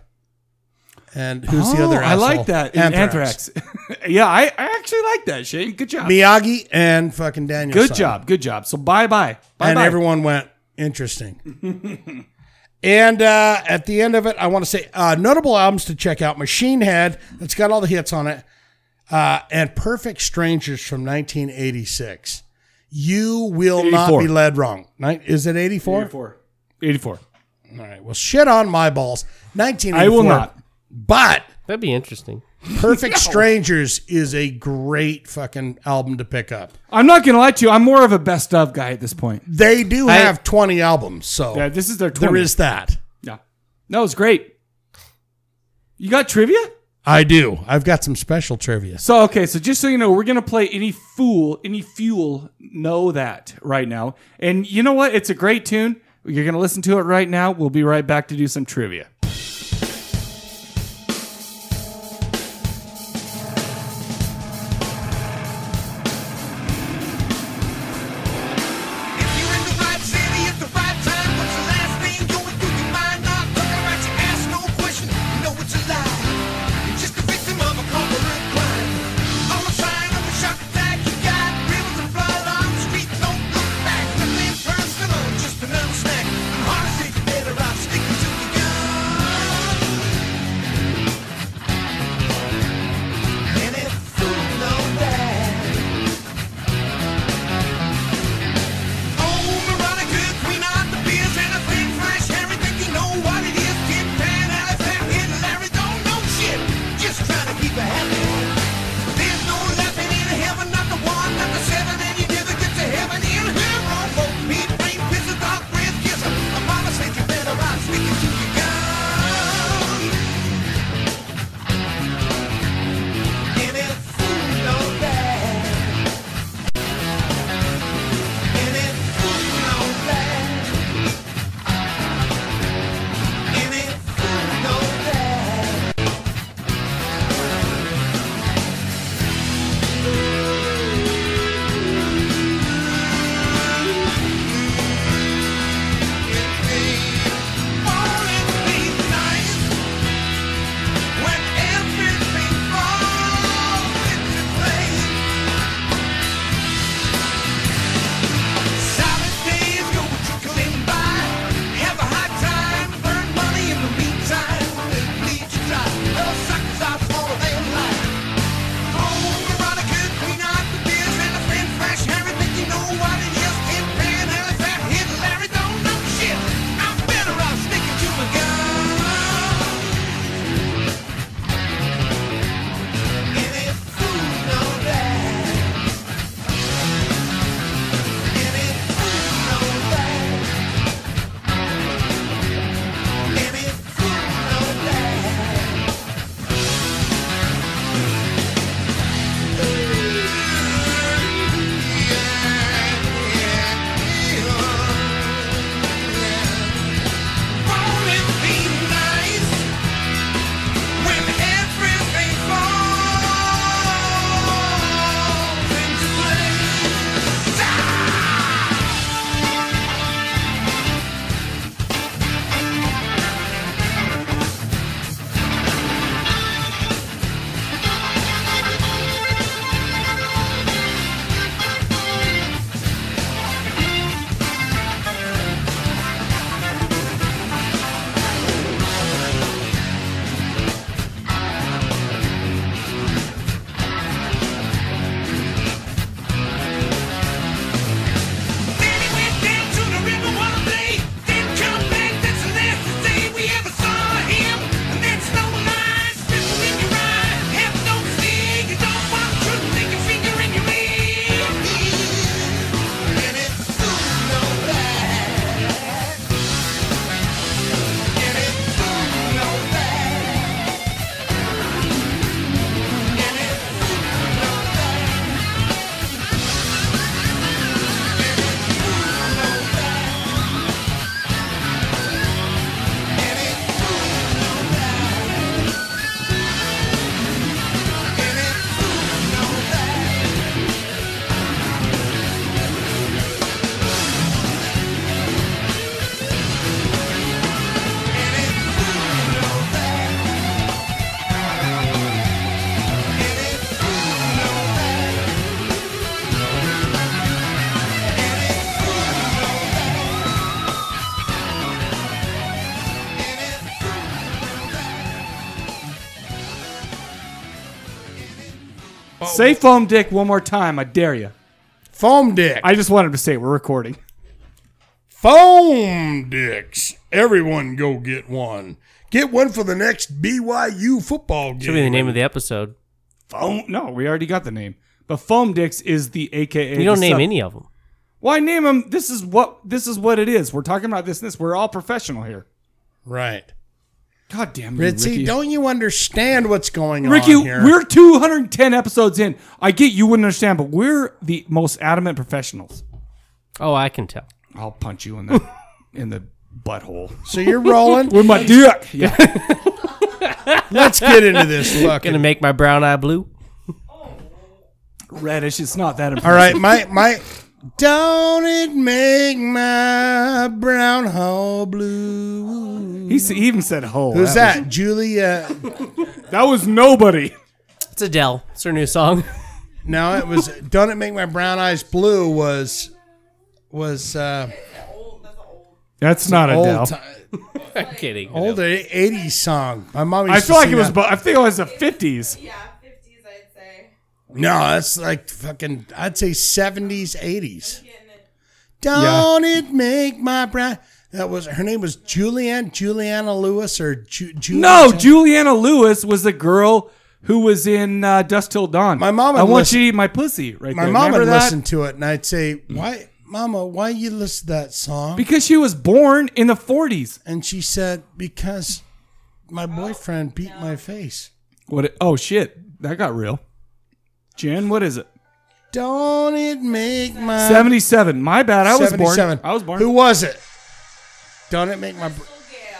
B: and who's the
A: Oh,
B: other?
A: I
B: asshole?
A: like that. in Anthrax. yeah, I, I actually like that. Shane, good job.
B: Miyagi, and fucking Daniel.
A: good job. Good job. So bye bye. Bye
B: and
A: bye.
B: everyone went interesting. and uh, at the end of it, I want to say uh, notable albums to check out: Machine Head, that's got all the hits on it, uh, and Perfect Strangers from 1986. You will not
A: 84.
B: be led wrong. Ni- Is it 84?
A: 84. 84.
B: All right. Well, shit on my balls. 1984.
A: I will not.
B: But
C: That'd be interesting.
B: Perfect Strangers is a great fucking album to pick up.
A: I'm not gonna lie to you. I'm more of a best of guy at this point.
B: They do
C: I-
B: have 20 albums, so
A: Yeah, this is their 20th.
B: Oh. there is that.
A: Yeah. No, it's great. You got trivia?
B: I do. I've got some special trivia.
A: So okay, so just so you know, we're gonna play any fool, any fuel, know that right now. And you know what? It's a great tune. You're gonna listen to it right now. We'll be right back to do some trivia.
E: If you're in the right city at the right time, what's the last thing going through your mind? Not looking right, you ask no question, you know it's a lie. You're just a victim of a corporate crime. All the sign of a shock attack you got, rivers and blood on the street, don't look back. Nothing personal, just another snack. And hard as they get better off sticking to the gun.
A: Say foam dick one more time. I dare you.
B: Foam dick.
A: I just wanted to say it. we're recording.
B: Foam dicks. Everyone go get one. Get one for the next BYU football game.
C: Should be the name of the episode.
A: Foam? No, we already got the name. But foam dicks is the AKA.
C: You don't name any of them.
A: Why name them? This is what this is what it is. We're talking about this. and This we're all professional here.
B: Right.
A: God damn you,
B: Ritzy,
A: Ricky.
B: don't you understand what's going
A: Ricky,
B: on here?
A: we're 210 episodes in. I get you wouldn't understand, but we're the most adamant professionals.
C: Oh, I can tell.
A: I'll punch you in the in the butthole
B: so you're rolling.
A: with my dick. Yeah.
B: Let's get into this. Look.
C: Gonna make my brown eye blue.
A: reddish. It's not that
B: All
A: impressive.
B: right, my my. Don't it make my brown hole blue?
A: He, s- he even said ho.
B: Who's
A: that?
B: that? Julia?
A: Was, that was nobody.
C: It's Adele. It's her new song.
B: No, it was. Don't it make my brown eyes blue? Was was uh,
A: That's not Adele.
B: old ti-
C: I'm kidding.
B: old eighties song. My mom. Used
A: I
B: to
A: feel like
B: sing
A: it was.
B: that.
A: bu- I think it was the 50s.
F: Yeah, 50s, I'd say.
B: No, that's like fucking. I'd say seventies, eighties.
F: Getting it.
B: Don't it make my brown? That was her name was Julianne Juliana Lewis or Ju, Ju-
A: No, Juliana Lewis was the girl who was in uh, Dust Till Dawn.
B: My mom
A: I
B: would
A: want
B: listen-
A: you to eat my pussy. Right.
B: My
A: there.
B: mom
A: Remember
B: would
A: that?
B: listen to it, and I'd say, "Why, Mama? Why you listen to that song?"
A: because she was born in the 40s.
B: and she said, "Because my boyfriend beat my face."
A: What? Oh shit, that got real. Jen, what is it?
B: Don't it make my
A: 77. My bad. I was born.
B: 77.
A: I was born.
B: Who was it? Don't it make my br-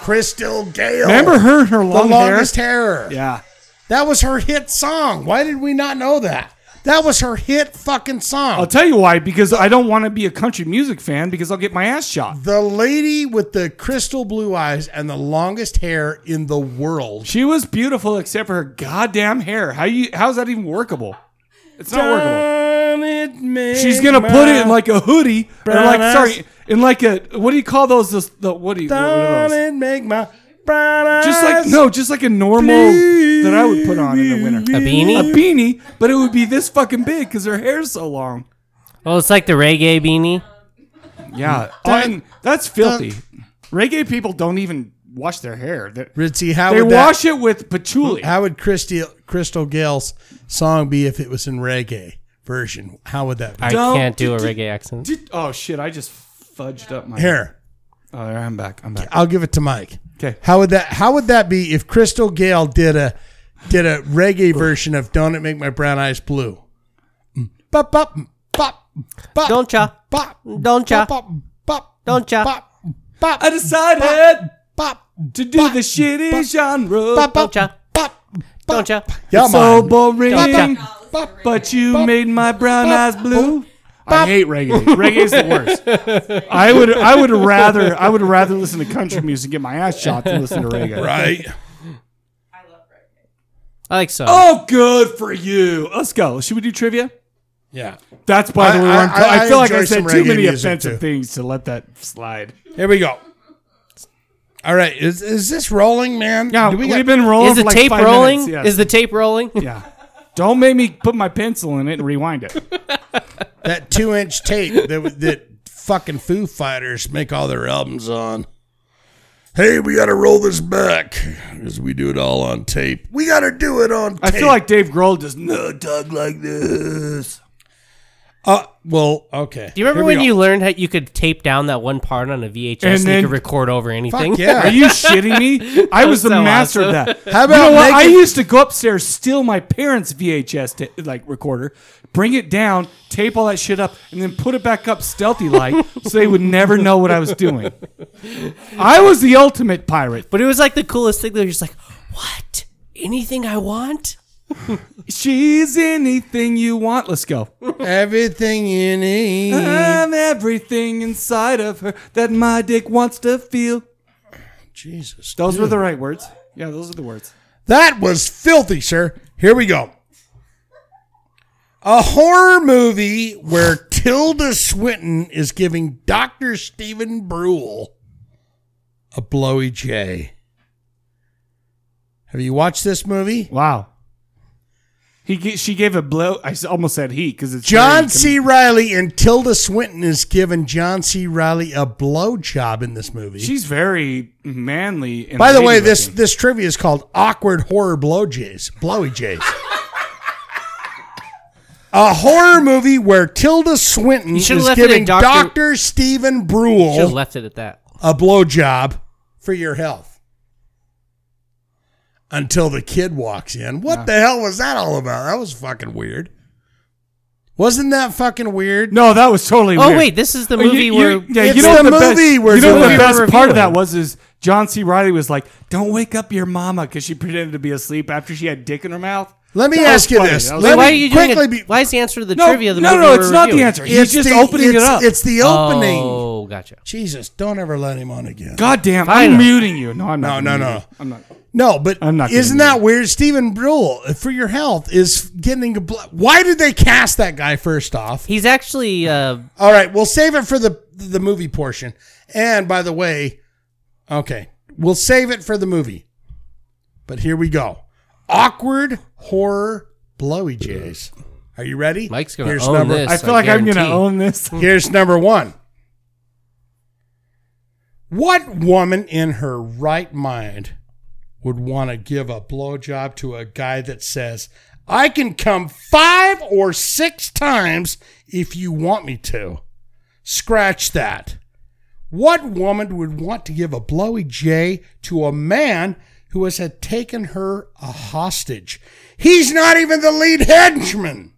B: Crystal Gale?
A: Remember her and her
B: the
A: long hair?
B: longest hair.
A: Yeah.
B: That was her hit song. Why did we not know that? That was her hit fucking song.
A: I'll tell you why. Because I don't want to be a country music fan because I'll get my ass shot.
B: the lady with the crystal blue eyes and the longest hair in the world.
A: She was beautiful except for her goddamn hair. How you? How's that even workable? It's not workable. She's gonna put it in like a hoodie or like
B: brown
A: sorry
B: eyes.
A: in like a what do you call those? Those the what do you? What are
B: Don't
A: those?
B: it make my brown eyes.
A: Just like no, just like a normal that I would put on in the winter.
C: A
A: A
C: beanie?
A: beanie, but it would be this fucking big because her hair's so long.
C: Oh, it's like the reggae beanie.
A: Yeah, Oh, and that's filthy. Reggae people don't even wash their hair. They,
B: Ritzy, how
A: they
B: would that,
A: wash it with patchouli.
B: How would Christy, Crystal Gale's song be if it was in reggae version? How would that be?
C: I
A: Don't-
C: can't do a reggae accent.
A: Did- oh shit! I just fudged up my.
B: Here,
A: Oh, there, I'm back. I'm back.
B: I'll give it to Mike.
A: 'Kay.
B: How would that How would that be if Crystal Gale did a did a reggae version of "Don't It Make My Brown Eyes Blue"? Mm. Bop bop mm, bop mm, bop.
C: Don't ya?
B: bop
C: Don't ya?
B: bop bop mm, bop
C: Don't ya?
B: bop mm, bop
A: I decided
B: bop
A: to do the shitty genre.
B: bop bop
C: Don't ya?
B: bop bop.
C: Don't ya?
B: Yeah,
A: It's so
B: man.
A: boring,
C: Don't
B: Bop,
A: but you made my brown eyes blue. I hate reggae. Reggae's the worst. I would I would rather I would rather listen to country music and get my ass shot than listen to reggae.
B: Right.
F: I love reggae.
C: I like so.
A: Oh, good for you. Let's go. Should we do trivia?
B: Yeah.
A: That's by the
B: I-
A: way. I, am
B: I-
A: I,
B: I
A: feel like I
B: enjoy
A: said
B: some
A: too
B: reggae
A: many
B: music,
A: offensive
B: too.
A: things to let that slide.
B: Here we go. All right, is is this rolling, man?
A: Yeah,
B: Do we
A: we
B: got-
A: have been rolling.
C: Is the
A: for like
C: tape
A: five
C: rolling?
A: minutes, yes.
C: Is the tape rolling?
A: yeah. Don't make me put my pencil in it and rewind it.
B: that two inch tape that that fucking Foo Fighters make all their albums on. Hey, we gotta roll this back because we do it all on tape. We gotta do it on. tape.
A: I feel like Dave Grohl does no talk like this.
B: Uh, well, okay.
C: Do you remember
B: Here we
C: when
B: go.
C: you learned how you could tape down that one part on a VHS
A: And
C: and,
A: then-
C: you could record over anything?
B: Fuck yeah.
A: Are you shitting me? I was the
C: so
A: master
C: awesome.
A: of that.
B: How
A: You know
B: about
A: what? I
B: making-
A: used to go upstairs, steal my parents' VHS ta- like recorder, bring it down, tape all that shit up, and then put it back up stealthy like, so they would never know what I was doing. I was the ultimate pirate.
C: But it was like the coolest thing. They were just like, what? Anything I want?
A: She's anything you want. Let's go.
B: everything you need?
A: I'm everything inside of her that my dick wants to feel.
B: Jesus,
A: Those were the right words. Yeah, those are the words.
B: that was filthy, sir. Here we go. A horror movie where Tilda Swinton is giving Doctor Stephen Brule a blowy J. Have you watched this movie?
A: Wow. He ga- she gave a blow. I s- almost said he because it's
B: John
A: very-
B: C. Riley and Tilda Swinton is giving John C. Riley a blowjob in this movie.
A: She's very manly. And
B: By the way, this
A: lady-looking.
B: this trivia is called awkward horror blow jays, blowy jays. A horror movie where Tilda Swinton
C: You should've
B: is
C: left it at
B: giving
C: Dr.
B: Doctor Stephen
A: Oh.
C: Should have
B: Brule
C: left it at that.
B: a blowjob for your health. Until the kid walks in. What the hell was that all about? That was fucking weird. Wasn't that fucking weird?
A: No, that was totally.
C: Oh
A: weird.
C: wait, this is the
A: Oh, you-
C: movie
A: you-
C: where
A: yeah,
B: It's
A: you know
B: the
A: what best-
B: movie we're
A: you know what
B: doing.
A: the best part of that
C: Reviewing.
A: was is John C. Riley was like, "Don't wake up your mama" because she pretended to be asleep after she had dick in her mouth.
B: Let me
A: That was
B: ask you
A: funny.
B: this.
A: That was
B: Let
C: why are
B: me
C: you doing
B: quickly
C: it?
B: be-
C: Why is the answer to the
A: No,
C: trivia? Of the
A: no,
C: movie
A: no,
C: we're
A: it's not the
C: reviewing?
A: answer. He's just opening it
B: it's-
A: up.
B: It's the opening.
C: Oh, gotcha.
B: Jesus, don't ever let him on again.
A: God damn,
C: Fine.
A: I'm muting you. No, I'm not.
B: No,
A: gonna
B: no,
A: mute
B: no.
A: you. I'm not.
B: No, but
A: I'm not gonna
B: isn't
A: do
B: that weird? Stephen Brule uh, for your health is getting a. Bl- Why did they cast that guy first off?
C: He's actually uh,
B: All right, we'll save it for the the movie portion. And by the way, okay, we'll save it for the movie. But here we go. Awkward horror blowy jays. Are you ready?
C: Mike's gonna
B: Here's
C: own
B: number,
C: this.
A: I
C: Yes,
A: feel
C: I
A: like I'm gonna
C: guarantee.
A: own this.
B: Here's number one. What woman in her right mind would want to give a blowjob to a guy that says, I can come five or six times if you want me to? Scratch that. What woman would want to give a blowy J to a man who has had taken her a hostage? He's not even the lead henchman.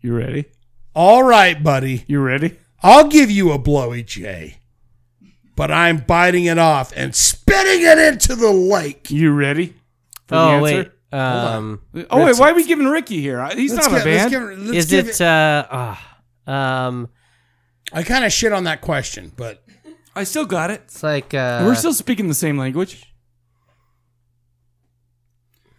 A: You ready?
B: All right, buddy.
A: You ready?
B: I'll give you a blowy J, but I'm biting it off and spitting it into the lake.
A: You ready? For the
C: Oh
A: answer?
C: wait. Um,
A: Oh wait, why are we giving Ricky here? He's not a band.
B: give, let's
C: is
B: give
C: it? Uh, ah, um,
B: I kind of shit on that question, but
A: I still got it.
C: it's like uh,
A: We're still speaking the same language.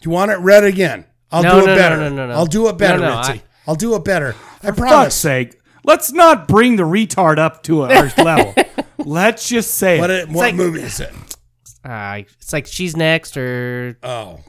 B: do you want it read again? I'll
C: No,
B: do it
C: no, no,
B: better.
C: no, no, no.
B: I'll do it better,
C: No, no,
B: Ritzy.
C: I-
B: I'll do it better.
A: For
B: I
A: fuck's
B: promise.
A: sake, let's not bring the retard up to our level. Let's just say
B: What,
A: it.
B: it, what
C: like-
B: movie is it?
C: uh, it's like she's next or
B: Oh,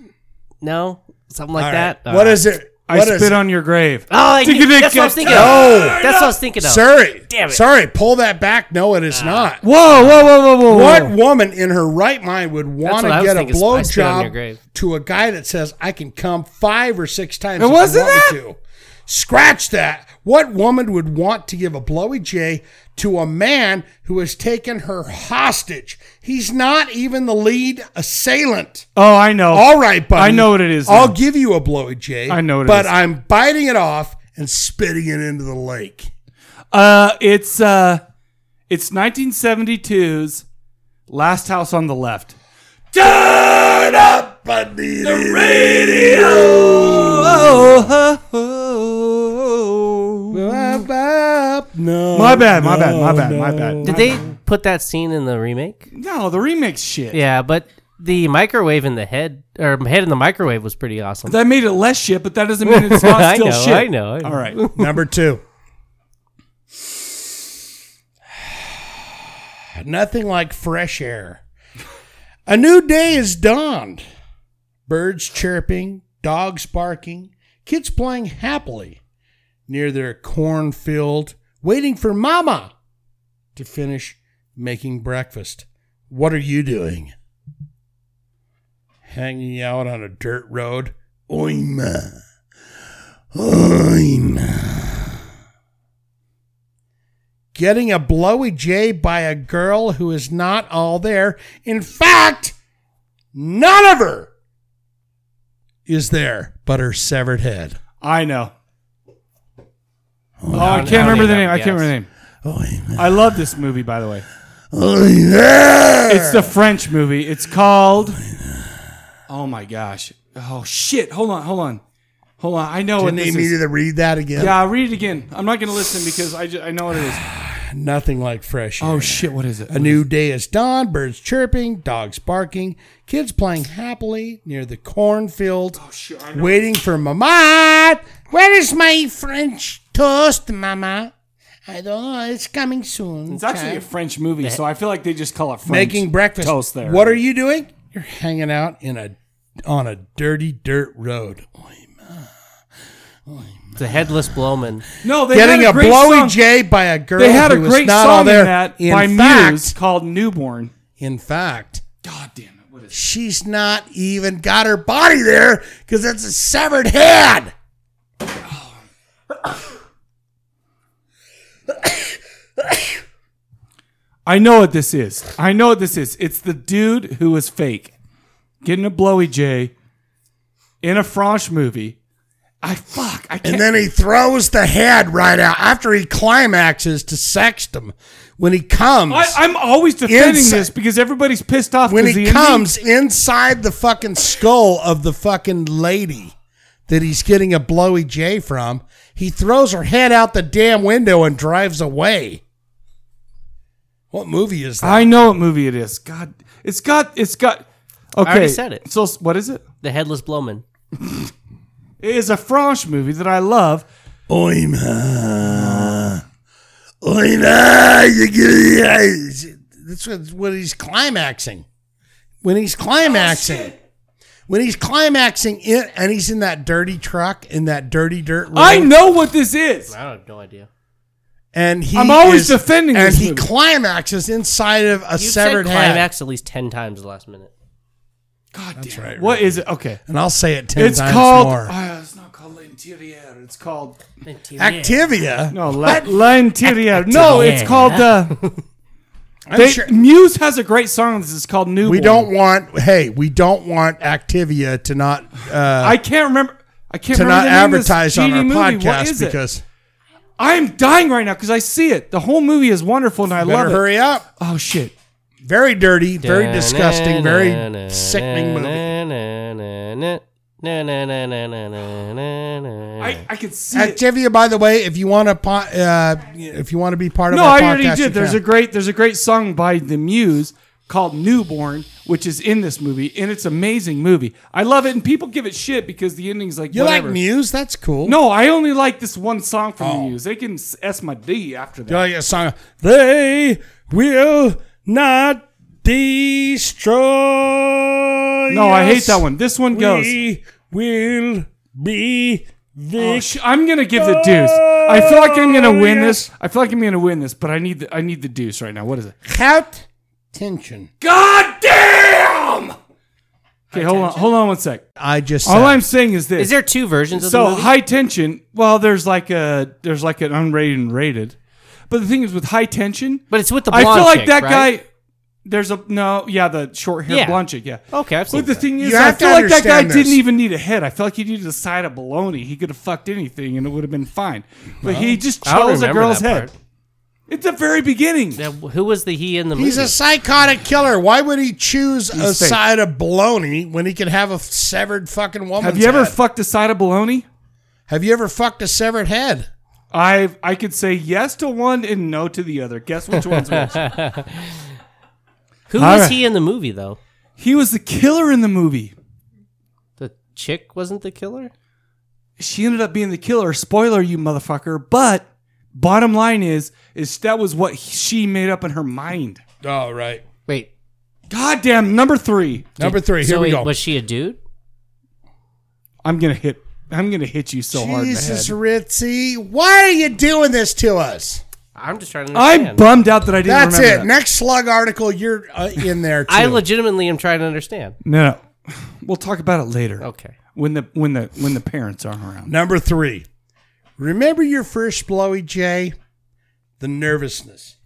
C: no something like
B: all right.
C: that. Uh,
B: What is it?
A: I
B: What is
A: spit
B: it?
A: on your grave.
C: Oh, I,
A: Take a dick,
C: that's what I was
A: get-
C: thinking.
B: No.
C: of. that's what I was thinking of.
B: Sorry,
C: Damn it. Ah.
B: Sorry, pull that back. No, it is not.
A: Whoa, whoa, whoa, whoa, whoa.
B: What
A: whoa.
B: woman in her right mind would want
C: what I
B: to
C: was
B: get a
C: thinking, I spit on your
B: blowjob
C: grave.
B: to a guy that says, I can come five or six times?
A: It
B: if you
A: wasn't
B: want me
A: that?
B: to"? Scratch that. What woman would want to give a blowy J to a man who has taken her hostage? He's not even the lead assailant.
A: Oh, I know.
B: All right, buddy.
A: I know what it is
B: I'll
A: now.
B: give you a blowy J.
A: I know what it
B: But
A: is.
B: I'm biting it off and spitting it into the lake.
A: Uh, it's uh, it's 1972's Last House on the Left.
B: Turn up, buddy. The radio.
A: Oh, oh, oh, oh.
B: No,
A: My bad, my bad, my bad, my bad.
C: Did they put that scene in the remake?
A: No, the remix shit.
C: Yeah, but the microwave in the head or head in the microwave was pretty awesome.
A: That made it less shit, but that doesn't mean it's
C: I
A: not still
C: know,
A: shit.
C: I know, I know.
A: All right.
B: Number two. Nothing like fresh air. A new day is dawned. Birds chirping, dogs barking, kids playing happily near their cornfield, waiting for Mama to finish making breakfast. What are you doing? Hanging out on a dirt road. Oima. Oima. Getting a blowy J by a girl who is not all there. In fact, none of her is there but her severed head.
A: I know. Oh, I can't remember the name. I can't remember the name. Oh,
B: Oima.
A: I love this movie, by the way.
B: Oh, Oima.
A: It's the French movie. It's called. Oh my gosh! Oh shit! Hold on, hold on, hold on. I know
B: Do you
A: what
B: need
A: this
B: me
A: is.
B: to read that again?
A: Yeah, read it again. I'm not gonna listen because I, ju- I know what it is.
B: Nothing like fresh air.
A: Oh shit! What is it?
B: A new day is dawn, birds chirping, dogs barking, kids playing happily near the cornfield, waiting for Mama. Where is my French toast, Mama? I don't know. It's coming soon.
A: It's actually a
B: child.
A: French movie, so I feel like they just call it French
B: making breakfast.
A: toast. There.
B: What are you doing? You're hanging out in a on a dirty dirt road.
C: It's a headless blowman.
A: No, they
B: Getting
A: had
B: a,
A: a great
B: blowy
A: song.
B: J by a girl.
A: They had a
B: who was
A: great
B: not all
A: song
B: there.
A: in that
B: in
A: by
B: fact,
A: Muse called "Newborn."
B: In fact,
A: God damn it! What is?
B: she's not even got her body there because it's a severed head.
A: I know what this is. I know what this is. It's the dude who was fake getting a blowy J in a French movie. I fuck. I can't.
B: And then he throws the head right out after he climaxes to sextum. When he comes,
A: I, I'm always defending
B: Inside-
A: this because everybody's pissed off.
B: when
A: 'cause
B: he
A: the ending-
B: comes inside the fucking skull of the fucking lady that he's getting a blowy J from, he throws her head out the damn window and drives away. What movie is that?
A: I know what movie it is. God, it's got, it's got. Okay,
C: already said it.
A: So what is it?
C: The headless blowman.
A: It is a French movie that I love.
B: Oima. Oima. you get it. That's what, what he's climaxing. When he's climaxing. when he's climaxing in, and he's in that dirty truck in that dirty dirt road.
A: I know what this is.
C: I have no idea.
B: and he
A: I'm always
B: is-
A: defending
B: and
A: this
B: he
A: movie.
B: climaxes inside of a
C: You said
B: severed head.
C: climax at least ten times the last minute.
A: God damn.
B: right,
A: What is it? Okay.
B: And I'll say it ten
A: it's
B: times
A: called.
B: more.
A: Ah, it's not called L'Interieur. It's called.
B: Activia.
A: No, La, L'Interieur. No, it's called. Uh,
B: I'm
A: they,
B: sure-
A: Muse has a great song. This is called New.
B: we don't want. Hey, we don't want Activia to not uh,
A: I can't remember. I can't
B: to
A: remember
B: not
A: the name of this
B: advertise on
A: GD
B: our
A: movie. What
B: podcast
A: is it?
B: because
A: I'm dying right now because I see it. The whole movie is wonderful and I
B: better
A: love it.
B: hurry up.
A: Oh shit.
B: Very dirty, very disgusting, very sickening movie.
A: I, I could see it.
B: Activia, by the way, if you want to, po- uh, if you want to be part
A: No,
B: of our
A: I
B: podcast,
A: already
B: you
A: did. There's a
B: can.
A: great there's a great song by the Muse called Newborn, which is in this movie, and it's an amazing movie. I love it, and people give it shit because the ending's like
B: you
A: whatever.
B: like Muse? Oh. That's cool.
A: No, I only like this one song from the Muse. They can s- S my D after
B: you
A: that.
B: like a song? They will not destroy.
A: No, I hate
B: us.
A: that one. This one goes.
B: We will be
A: Oh,
B: victorious.
A: sh- I'm gonna give the deuce. I feel like I'm gonna win
B: Oh,
A: this. I feel like I'm gonna win this, but I need the I need the deuce right now. What is it?
B: Count tension.
A: God damn! Okay, hold on, hold on one sec.
B: I just
A: All
B: said-
A: I'm saying is this:
C: Is there two versions of the
A: so
C: movie?
A: high tension. Well, there's like a there's like an unrated and rated, but the thing is with high tension,
C: but it's with the
A: I
C: blonde
A: feel like
C: chick,
A: that
C: right?
A: guy. There's a no, yeah, the short hair
C: Yeah.
A: blonde chick, yeah.
C: Okay, I've seen
A: But the
C: that.
A: thing is,
B: You
A: I
B: have to
A: feel like that guy
B: understand this.
A: didn't even need a head. I feel like he needed a side of baloney. He could have fucked anything and it would have been fine. But he just
C: I don't
A: chose a
C: remember
A: girl's
C: that
A: head.
C: part.
A: It's the very beginning.
C: Now, who was the he in the movie?
B: He's a psychotic killer. Why would he choose a
A: He's fake.
B: side of baloney when he could have a severed fucking woman?
A: Have you ever fucked a side of baloney?
B: have you ever fucked a severed head?
A: I I could say yes to one and no to the other. Guess which one's which?
C: who
A: All
C: was
A: right.
C: he in the movie though?
A: He was the killer in the movie.
C: The chick wasn't the killer.
A: She ended up being the killer. Spoiler, you motherfucker. But bottom line is, is that was what he- she made up in her mind.
B: Oh right.
C: Wait,
A: Goddamn, number three.
B: Number three. Here
C: so
B: we
C: wait,
B: go.
C: was she a dude?
A: I'm gonna hit. I'm gonna hit you so hard. In the
B: Jesus
A: head.
B: Ritzy, why are you doing this to us?
C: I'm just trying to.
A: I'm
C: Understand.
A: bummed out that I didn't.
B: That's it.
A: remember That.
B: Next slug article, you're uh, in there too.
C: I legitimately am trying to understand.
A: No, no. We'll talk about it later.
C: Okay.
A: When the when the when the parents aren't around.
B: Number three. Remember your first blowy Jay? The nervousness.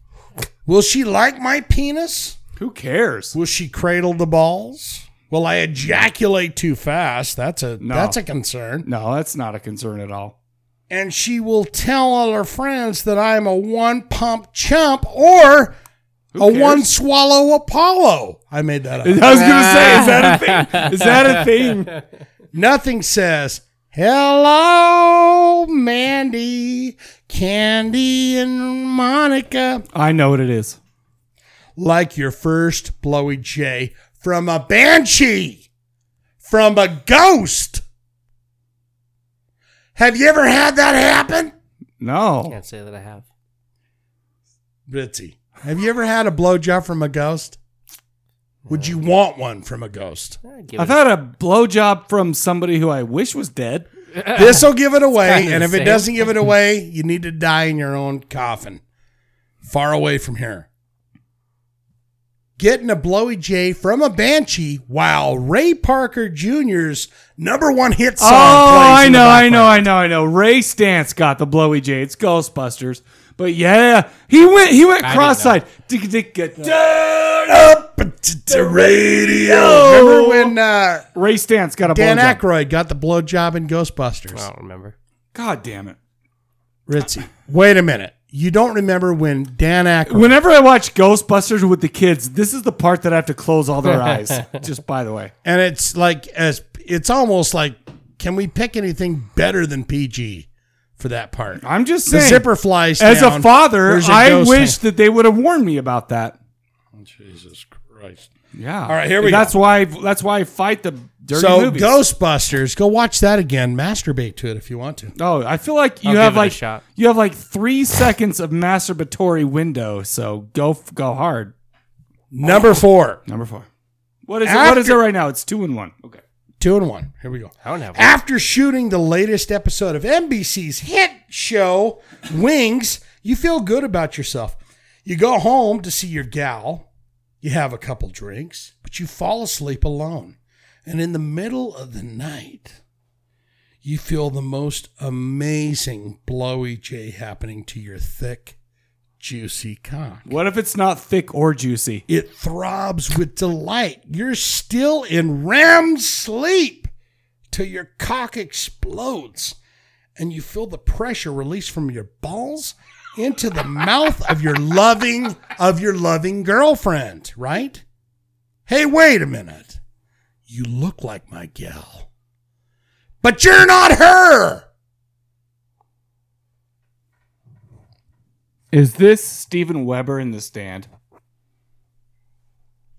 B: Will she like my penis?
A: Who cares?
B: Will she cradle the balls? Will I ejaculate too fast? That's a
A: No.
B: that's a concern.
A: No, that's not a concern at all.
B: And she will tell all her friends that I'm a one pump chump or a
A: cares?
B: one swallow Apollo. I made that up.
A: I was gonna say, is that a thing? Is that a thing?
B: Nothing says hello, Mandy, Candy, and Monica
A: I know what it is.
B: like your first blowy J from a banshee, from a ghost. Have you ever had that happen?
A: No.
C: Can't say that I have.
B: Ritzy, have you ever had a blowjob from a ghost? Would you want one from a ghost?
C: I'd give
A: I've
C: it a-
A: had a blowjob from somebody who I wish was dead.
B: This will give it away,
C: kinda
B: and if
C: the
B: it
C: same.
B: doesn't give it away, you need to die in your own coffin, far away from here. Getting a blowy J from a banshee while Ray Parker Jr.'s number one hit song.
A: oh,
B: plays
A: I
B: in the
A: know, I know, I
B: background.
A: know, I know. Ray Stance got the blowy J. It's Ghostbusters. But yeah, he went he went
C: I didn't know.
A: cross-eyed. Digga, digga, Turn up.
B: Up to radio.
A: Yo.
B: Remember when uh,
A: Ray Stance got a
B: Dan
A: blowjob.
B: Aykroyd got the blowjob in Ghostbusters?
C: I don't remember.
A: God damn it.
B: Ritzy, wait a minute. You don't remember when Dan Aykroyd?
A: Whenever I watch Ghostbusters with the kids, this is the part that I have to close all their eyes. Just by the way.
B: and it's like as it's almost like can we pick anything better than PG for that part?
A: I'm just
B: the
A: saying.
B: zipper flies
A: as
B: down,
A: a father,
B: there's a
A: I
B: ghost
A: wish
B: thing.
A: that they would have warned me about that.
B: Oh, Jesus Christ.
A: Yeah. All
B: right, here we
A: that's
B: go.
A: why that's why I fight the dirty
B: so
A: movies.
B: Ghostbusters, go watch that again. Masturbate to it if you want to.
A: Oh, I feel like you
C: I'll
A: have
C: give it a
A: like
C: shot.
A: you have like three seconds of masturbatory window. So go f- go hard.
B: Number four,
A: Number four. What is it? What is it
B: After-
A: right now? It's two and one. Okay.
B: two and one. Here we go.
C: I don't have one.
B: After shooting the latest episode of NBC's hit show, Wings, you feel good about yourself. You go home to see your gal, you have a couple drinks, but you fall asleep alone. And in the middle of the night, you feel the most amazing blowy J happening to your thick, juicy cock.
A: What if it's not thick or juicy?
B: It throbs with delight. You're still in REM sleep till your cock explodes and you feel the pressure released from your balls into the mouth of your loving of your loving girlfriend, right? Hey, wait a minute. You look like my gal. But you're not her.
A: Is this Steven Weber in the stand?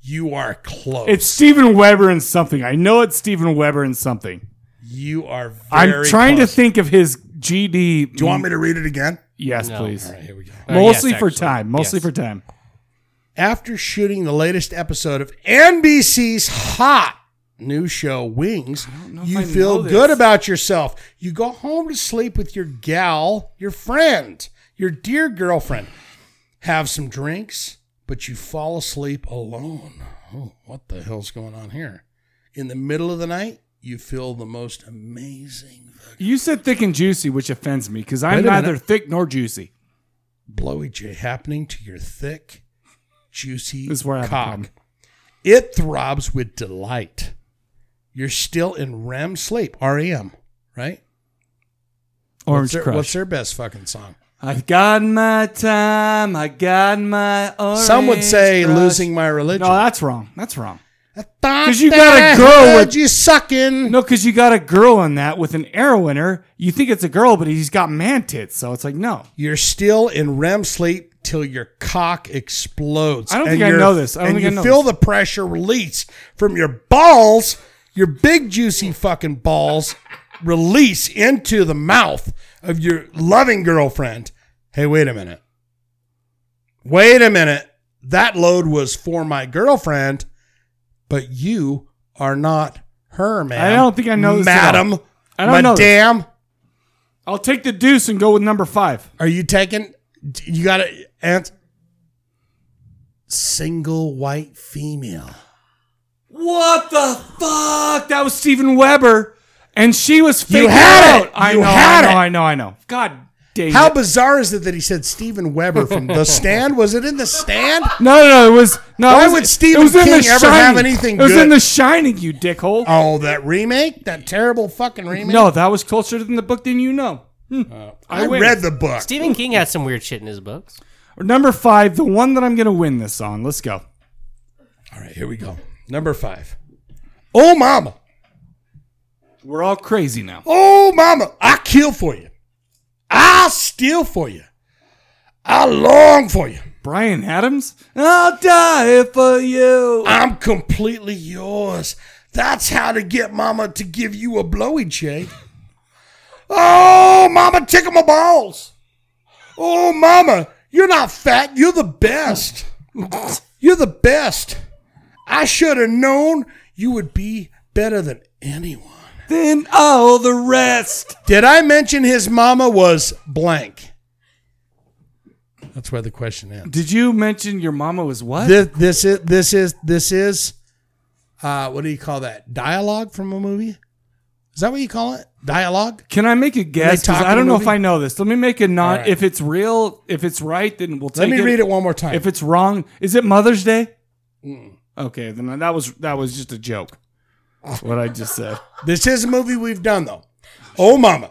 B: You are close.
A: It's Steven Weber in something. I know it's Steven Weber in something.
B: you are very
A: I'm trying
B: close.
A: to think of his GD.
B: Do you want me to read it again?
A: Yes,
C: No.
A: please.
B: All right, here we go.
C: Uh,
A: Mostly
C: yes,
A: for
C: actually.
A: time. Mostly
C: Yes.
A: for time.
B: after shooting the latest episode of NBC's hot new show Wings,
A: if
B: you
A: I
B: feel
A: know this.
B: good about yourself. You go home to sleep with your gal, your friend, your dear girlfriend. Have some drinks, but you fall asleep alone. Oh, what the hell's going on here? In the middle of the night, you feel the most amazing
A: You said thick and juicy, which offends me because
B: Wait
A: I'm
B: a minute.
A: neither thick nor juicy.
B: blowy J happening to your thick, juicy
A: This is where I have a
B: cock.
A: problem.
B: It throbs with delight. You're still in REM sleep, REM, right?
A: Orange
B: what's their,
A: Crush.
B: What's their best fucking song?
A: I've got my time. I got my orange.
B: Some would say
A: crush.
B: losing my religion.
A: No, that's wrong. That's wrong.
B: because
A: 'Cause you got a girl with-
B: you sucking.
A: No, because you got a girl in that with an arrow in her. You think it's a girl, but he's got man tits. So it's like, no.
B: You're still in REM sleep till your cock explodes.
A: I don't
B: And
A: think I
B: you're-
A: know this. I don't
B: and
A: think
B: you
A: I know
B: feel the pressure release from your balls, your big juicy fucking balls, release into the mouth of your loving girlfriend. Hey, wait a minute. Wait a minute. That load was for my girlfriend, but you are not her, man.
A: I don't think I know this at all.
B: madam.
A: I don't know this.
B: madam.
A: I'll take the deuce and go with number five.
B: Are you taking? You got to answer. Single white female.
A: What the fuck? That was Steven Weber. And she was
B: You
A: faking
B: had it.
A: out. I
B: You
A: know,
B: had
A: I know,
B: it.
A: I know, I know. God damn
B: How
A: it.
B: bizarre is it that he said Steven Weber from The Stand? Was it in The Stand?
A: No, no, no, it was no.
B: Why
A: it was,
B: would Stephen
A: it was in
B: King
A: The
B: ever
A: Shining.
B: have anything
A: It was in
B: good?
A: The Shining, you dickhole.
B: Oh, that remake, that terrible fucking remake.
A: no, that was closer than the book than you know. Hmm.
B: I,
A: win.
B: read the book.
C: Stephen King had some weird shit in his books.
A: number five, the one that I'm gonna win this on. Let's go.
B: All right, here we go. Number five. Oh, mama.
A: We're all crazy now.
B: Oh, mama, I kill for you. I steal for you. I long for you.
A: Brian Adams, I'll die for you.
B: I'm completely yours. That's how to get mama to give you a blowy J. Oh, mama, tickle my balls. Oh, mama, you're not fat. You're the best. You're the best. I should have known you would be better than anyone.
A: Then all the rest.
B: Did I mention his mama was blank? That's where the question ends.
A: Did you mention your mama was what?
B: This, this is this is this is uh what do you call that? Dialogue from a movie? Is that what you call it? Dialogue?
A: Can I make a guess? 'Cause
B: talk in
A: I
B: the
A: don't know
B: movie?
A: if I know this. Let me make a
B: All
A: non.
B: right.
A: If it's real, if it's right, then we'll
B: Let
A: take
B: me
A: it.
B: read it one more time.
A: If it's wrong, is it Mother's Day? Okay, then that was that was just a joke. What I just said.
B: This is a movie we've done though. Oh mama.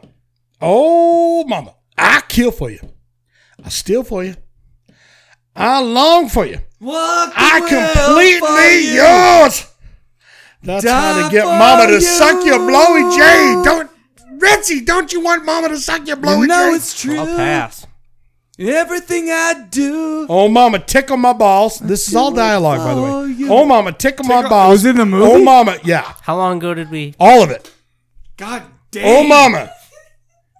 B: Oh mama. I kill for you. I steal for you. I long for you.
A: What?
B: I completely yours. That's how
A: Die
B: to get
A: for
B: mama to
A: you.
B: suck your blowy J. Don't Ritzy, don't you want mama to suck your blowy
A: You know
B: J?
A: it's true.
C: I'll pass.
A: Everything I do.
B: Oh mama, tickle my balls. This is all dialogue, by the
A: Oh,
B: way.
A: you-
B: Oh mama, tickle my
A: Tickle-
B: balls.
A: Was it in the movie?
B: Oh mama, yeah,
C: How long ago did we?
B: all of it.
A: God damn.
B: Oh mama,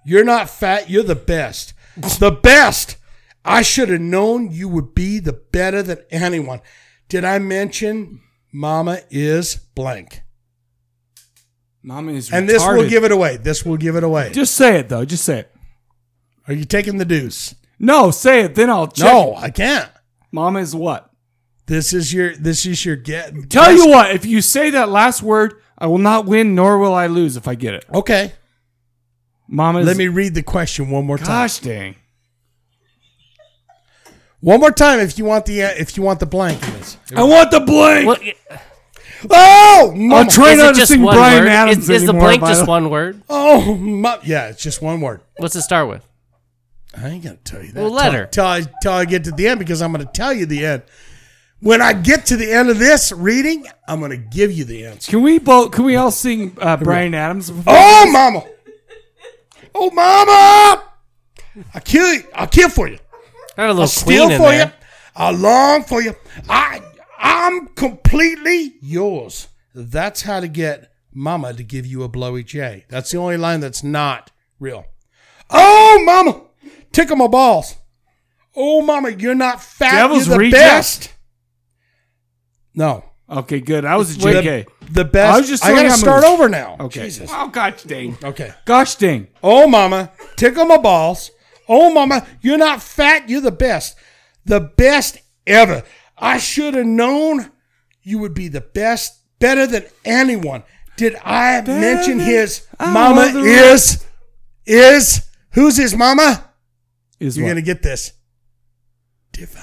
B: you're not fat. You're the best. The best. I should have known you would be the better than anyone. Did I mention mama is blank?
A: Mama is
B: And this will
A: retarded.
B: give it away. This will give it away.
A: Just say it though. Just say it.
B: Are you taking the deuce?
A: No, say it. Then I'll check.
B: No, I can't.
A: Mama is what?
B: This is your. This is your get.
A: Tell you what, if you say that last word, I will not win nor will I lose if I get it.
B: Okay.
A: Mama is
B: Let me read the question one more time.
A: Gosh dang.
B: One more time, if you want the uh, if you want the blank. in this.
A: I want the blank.
C: What,
B: Oh, mama.
A: I'll try
C: is
A: not
C: it
A: to
C: just
A: sing
C: one
A: Brian
C: word?
A: Adams
C: Is, is the
A: anymore,
C: blank
A: by
C: just
A: the-
C: one word?
B: Oh, mu- yeah, it's just one word.
C: What's it start with?
B: I ain't gonna tell you that.
C: Well,
B: till-
C: let her.
B: till I till I get to the end because I'm gonna tell you the end. When I get to the end of this reading, I'm gonna give you the answer.
A: Can we both? Can we all sing uh, Brian Adams? before-
B: Oh, mama! Oh, mama! I kill you. I kill for you.
C: I got a little
B: I steal
C: queen in
B: for
C: there.
B: you. I long for you. I I'm completely yours. That's how to get mama to give you a blowy J. That's the only line that's not real. Oh mama, tickle my balls. Oh mama, you're not fat.
A: Devil's
B: you're the
A: reject.
B: best. No,
A: Okay, good. I was a
B: the,
A: JK.
B: the best.
A: I was just
B: I gotta
A: throwing out
B: start
A: moves.
B: over now.
A: Okay.
B: Jesus.
A: Oh gosh dang.
B: Okay.
A: Gosh dang.
B: Oh, mama, tickle my balls. Oh, mama, you're not fat. You're the best. The best ever. I should have known you would be the best, better than anyone. Did I mention
A: than-
B: his
A: I
B: mama
A: was the-
B: is, is, who's his mama?
A: Is
B: You're
A: what?
B: going to get this. Divine.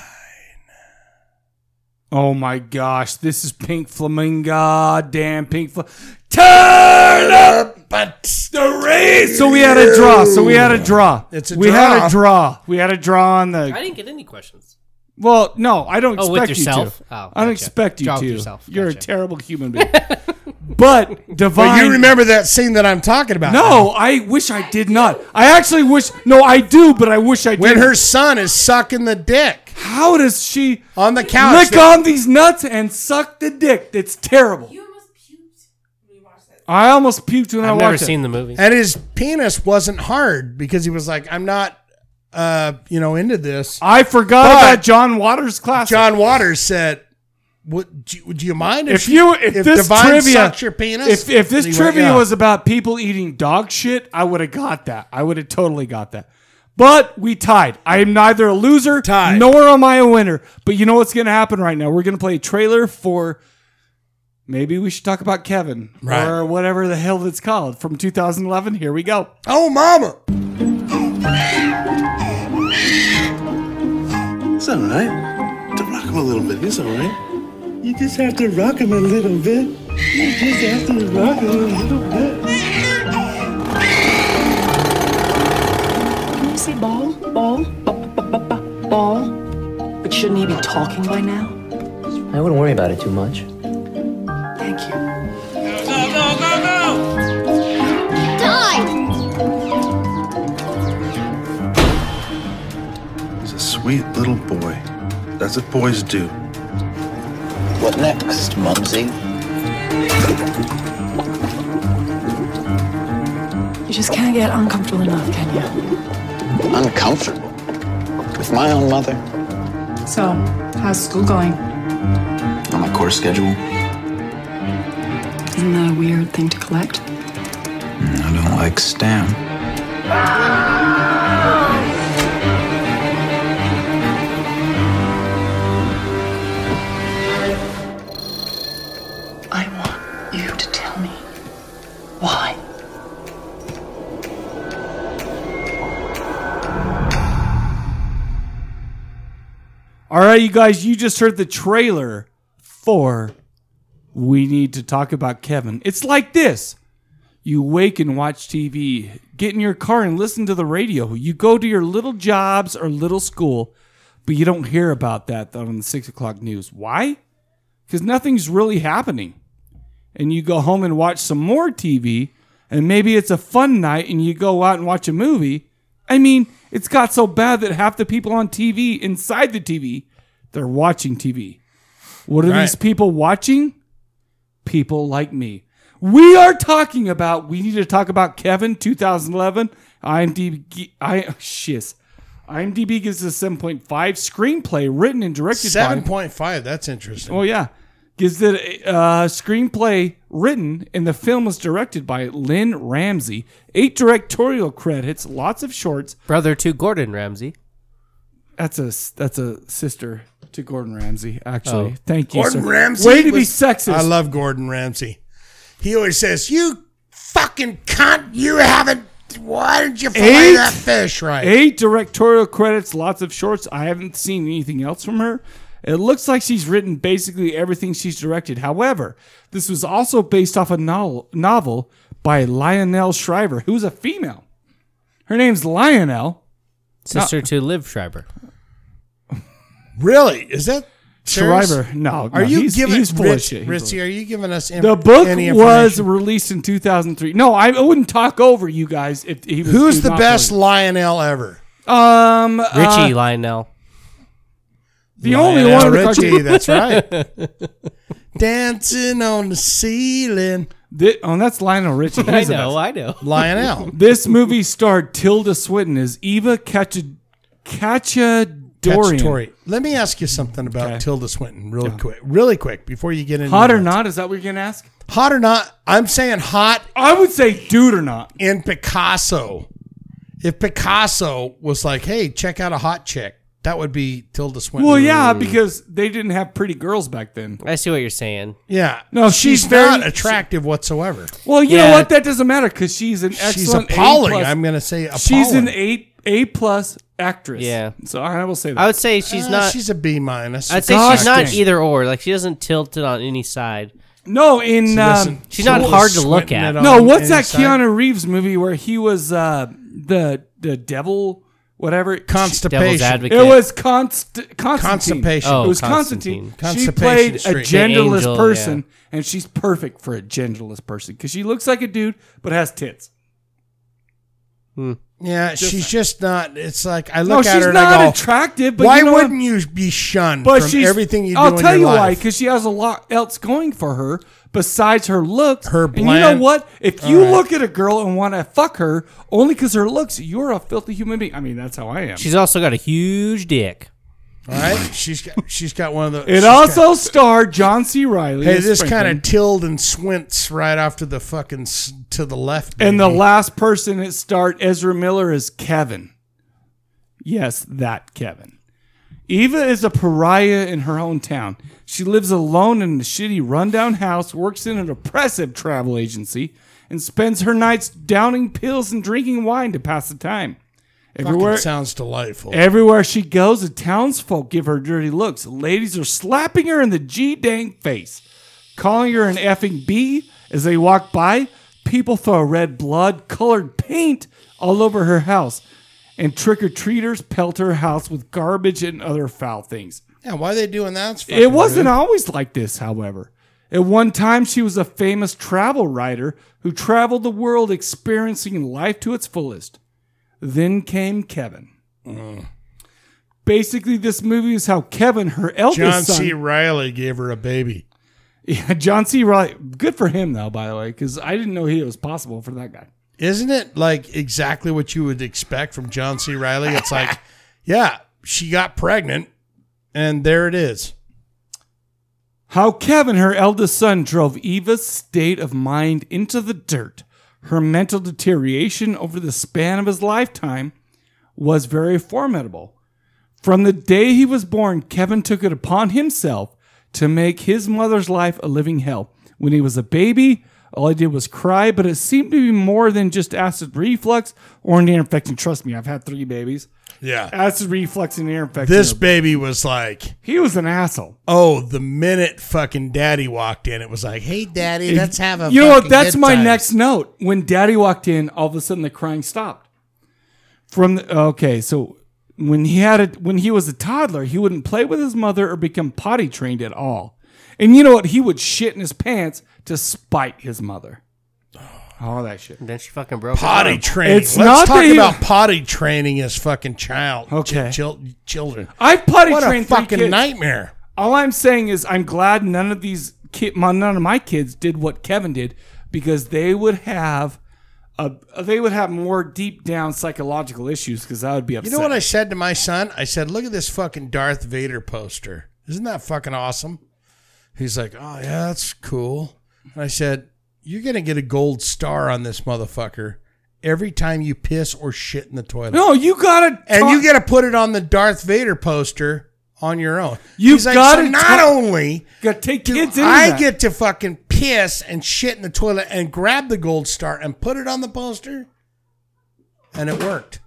A: Oh my gosh, this is Pink Flamingo. Damn Pink Fl- Turn up
B: But
A: the race. So we had a draw. So we had a draw.
B: It's a
A: we had
B: draw.
A: a draw. We had a draw on the
C: I didn't get any questions.
A: Well, no, I don't
C: Oh,
A: expect
C: with
A: you
C: yourself?
A: to.
C: Oh,
A: I
C: gotcha.
A: don't expect you
C: Draw with
A: to.
C: yourself.
A: You're a
C: Gotcha.
A: terrible human being. but divine.
B: you remember that scene that I'm talking about.
A: No, I wish I did not. I actually wish. No, I do, but I wish I
B: When
A: did.
B: her son is sucking the dick
A: How does she
B: on the couch.
A: lick on these nuts and suck the dick? It's terrible.
F: You almost puked when we watched that.
A: I almost puked when I
C: I've
A: watched
C: never
A: it.
C: seen the movie.
B: and his penis wasn't hard because he was like, I'm not, uh, you know, into this.
A: I forgot
B: But-
A: about John Waters' class.
B: John Waters said, "Would do, you- do you mind
A: if you if, this
B: Divine
A: trivia
B: sucked your penis?
A: if if this
B: And he went,
A: trivia
B: "Yeah."
A: was about people eating dog shit, I would have got that. I would have totally got that. But we tied. I am neither a loser
B: Tied.
A: nor am I a winner. But you know what's going to happen right now? We're going to play a trailer for maybe we should talk about Kevin
B: Right.
A: or whatever the hell it's called from 2011. Here we go.
B: oh mama,
G: It's all right. To rock him a little bit, it's all right. You just have to rock him a little bit. You just have to rock him a little bit.
H: Can you say ball? Ball? B- b- b- b- Ball? But shouldn't he be talking by now?
I: I wouldn't worry about it too much.
H: Thank you.
G: He's a sweet little boy. That's what boys do.
I: What next, Mumsy?
H: You just can't get uncomfortable enough, can you?
I: Uncomfortable. With my own mother?
H: So, how's school going?
I: Oh my course schedule.
H: Isn't that a weird thing to collect?
I: I don't like Stan.
H: I want you to tell me why.
A: All right, you guys, you just heard the trailer for We Need to Talk About Kevin. It's like this you wake and watch TV, get in your car and listen to the radio. You go to your little jobs or little school, but you don't hear about that on the six o'clock news. Why? Because nothing's really happening. And you go home and watch some more TV, and maybe it's a fun night and you go out and watch a movie. I mean, it's got so bad that half the people on TV inside the TV, they're watching TV. What are
B: Right.
A: these people watching? People like me. We are talking about. We need to talk about Kevin 2011. IMDb. I shiz. IMDb gives us 7.5 screenplay written and directed by.
B: Seven point five. That's interesting.
A: Oh yeah, gives it a uh, screenplay written, and the film was directed by Lynn Ramsey. Eight directorial credits, lots of shorts.
C: Brother to Gordon Ramsay.
A: That's a that's a sister to Gordon Ramsay. Actually, thank you,
B: Oh. Gordon
A: sir.
B: Ramsay.
A: Way to be
B: was-
A: sexist.
B: I love Gordon Ramsay. He always says, "You fucking cunt! You haven't. Why didn't you fillet
A: Eight?
B: that fish right?"
A: Eight directorial credits, lots of shorts. I haven't seen anything else from her. It looks like she's written basically everything she's directed. However, this was also based off a novel, novel by Lionel Shriver, who's a female. Her name's Lionel
C: Sister to Liv Schreiber.
B: Really? Is that serious?
A: Shriver. No,
B: Are
A: no,
B: you
A: he's,
B: giving
A: he's full of
B: Rich-
A: shit. He's full of
B: Richie, are you giving us inf-
A: The book
B: any
A: was
B: information?
A: released in 2003. No, I wouldn't talk over you guys if he was.
B: Who's
A: if
B: the
A: not
B: best
A: believe-
B: Lionel ever?
A: Um, uh,
C: Richie Lionel.
A: the only
B: Lionel
A: one.
B: Richie. That's right. Dancing on the ceiling,
A: Th- oh, that's Lionel Richie.
C: I
A: He's the
C: know,
A: best.
C: I know.
B: Lionel.
A: This movie starred Tilda Swinton as Eva Caccia- Cacciadorian.
B: Cacciatore. Let me ask you something about Tilda Swinton, real quick, really quick, before you get into
A: Hot or
B: that.
A: not? Is that what you're gonna ask?
B: Hot or not? I'm saying hot
A: I would say dude or not.
B: in Picasso. If Picasso was like, "Hey, check out a hot chick," that would be Tilda Swinton.
A: Well, yeah, because they didn't have pretty girls back then.
C: I see what you're saying.
B: yeah.
A: No,
B: she's,
A: she's very-
B: not attractive whatsoever.
A: Well, you know
C: Yeah.
A: what? That doesn't matter because she's an excellent.
B: She's appalling.
A: A plus.
B: I'm going to say appalling.
A: She's an eight A plus actress.
C: Yeah.
A: So I will say that.
C: I would say she's
B: Uh,
C: not.
B: She's a B minus.
C: I'd say
A: Gosh
C: she's not
A: dang.
C: either or. Like she doesn't tilt it on any side.
A: no, in um,
C: she's not hard to look at.
A: no,
B: um,
A: what's that Keanu Reeves movie where he was uh, the the devil, whatever?
C: Devil's
B: Constipation.
C: advocate.
A: It was const- Constantine.
B: Constipation.
C: Oh,
A: it was
C: Constantine.
A: Constantine.
B: Constipation
A: She played a
B: Street.
A: genderless
C: The angel,
A: person,
C: yeah.
A: and she's perfect for a genderless person because she looks like a dude but has tits.
C: Hmm.
B: Yeah, she's just not. It's like I
A: No,
B: look at
A: she's
B: her and
A: not
B: I go,
A: attractive. But
B: "Why
A: you know what?
B: wouldn't you be shunned
A: But
B: from
A: she's
B: everything you do
A: I'll
B: in
A: tell
B: your
A: you why,
B: life?"
A: because she has a lot else going for her besides her looks.
B: Her
A: And you
B: bland-
A: know what? If you
B: right.
A: look at a girl and want to fuck her only because her looks, you're a filthy human being. I mean, that's how I am.
C: She's also got a huge dick.
B: All right, she's got, she's got one of those.
A: it also starred John C. Riley.
B: hey,
A: as
B: this kind
A: Franklin.
B: of tilled and swints right off to the fucking s- to the left.
A: And the
B: baby.
A: last person that starred Ezra Miller is Kevin. Yes, that Kevin. Eva is a pariah in her hometown. She lives alone in a shitty rundown house, works in an oppressive travel agency, and spends her nights downing pills and drinking wine to pass the time.
B: Fucking
A: Everywhere,
B: sounds delightful.
A: everywhere she goes, the townsfolk give her dirty looks. Ladies are slapping her in the G dang face, calling her an effing bee as they walk by. People throw red blood colored paint all over her house, and trick or treaters pelt her house with garbage and other foul things.
B: yeah, why are they doing that? It's
A: It
B: fucking
A: wasn't
B: rude.
A: always like this, however. At one time, she was a famous travel writer who traveled the world experiencing life to its fullest. Then came Kevin.
B: Mm.
A: Basically, this movie is how Kevin, her eldest
B: John
A: son,
B: C. Riley gave her a baby.
A: Yeah, John C. Riley. Good for him, though, by the way, because I didn't know he it was possible for that guy.
B: Isn't it like exactly what you would expect from John C. Riley? It's like, yeah, she got pregnant, and there it is.
A: How Kevin, her eldest son, drove Eva's state of mind into the dirt. Her mental deterioration over the span of his lifetime was very formidable. From the day he was born, Kevin took it upon himself to make his mother's life a living hell. When he was a baby, all he did was cry, but it seemed to be more than just acid reflux or an ear infection. Trust me, I've had three babies.
B: Yeah.
A: Acid reflux and ear infection.
B: This baby was like,
A: he was an asshole.
B: oh, the minute fucking daddy walked in, it was like, hey, daddy, let's have a.
A: You know what?
B: fucking
A: That's
B: good
A: my
B: time.
A: next note. When Daddy walked in, all of a sudden the crying stopped. From the, okay, so when he had it, when he was a toddler, he wouldn't play with his mother or become potty trained at all. And you know what? He would shit in his pants to spite his mother. All that shit.
C: Then she fucking broke her
B: potty
C: arm.
B: training.
A: It's
B: Let's
A: not
B: talk
A: that he-
B: about potty training as fucking child.
A: Okay.
B: Chil- chil- children.
A: I've potty
B: What a
A: trained three
B: fucking
A: kids.
B: nightmare.
A: All I'm saying is I'm glad none of these kid, my, none of my kids did what Kevin did because they would have a, they would have more deep down psychological issues because that would be
B: You
A: upset.
B: know what I said to my son? I said, look at this fucking Darth Vader poster. Isn't that fucking awesome? He's like, oh, yeah, that's cool. And I said, you're going to get a gold star on this motherfucker every time you piss or shit in the toilet.
A: No, you gotta
B: and
A: talk-
B: you got to put it on the Darth Vader poster on your own.
A: You
B: He's like,
A: gotta
B: so not
A: ta-
B: only
A: gotta take
B: do
A: kids into
B: I
A: that.
B: get to fucking piss and shit in the toilet and grab the gold star and put it on the poster, and it worked.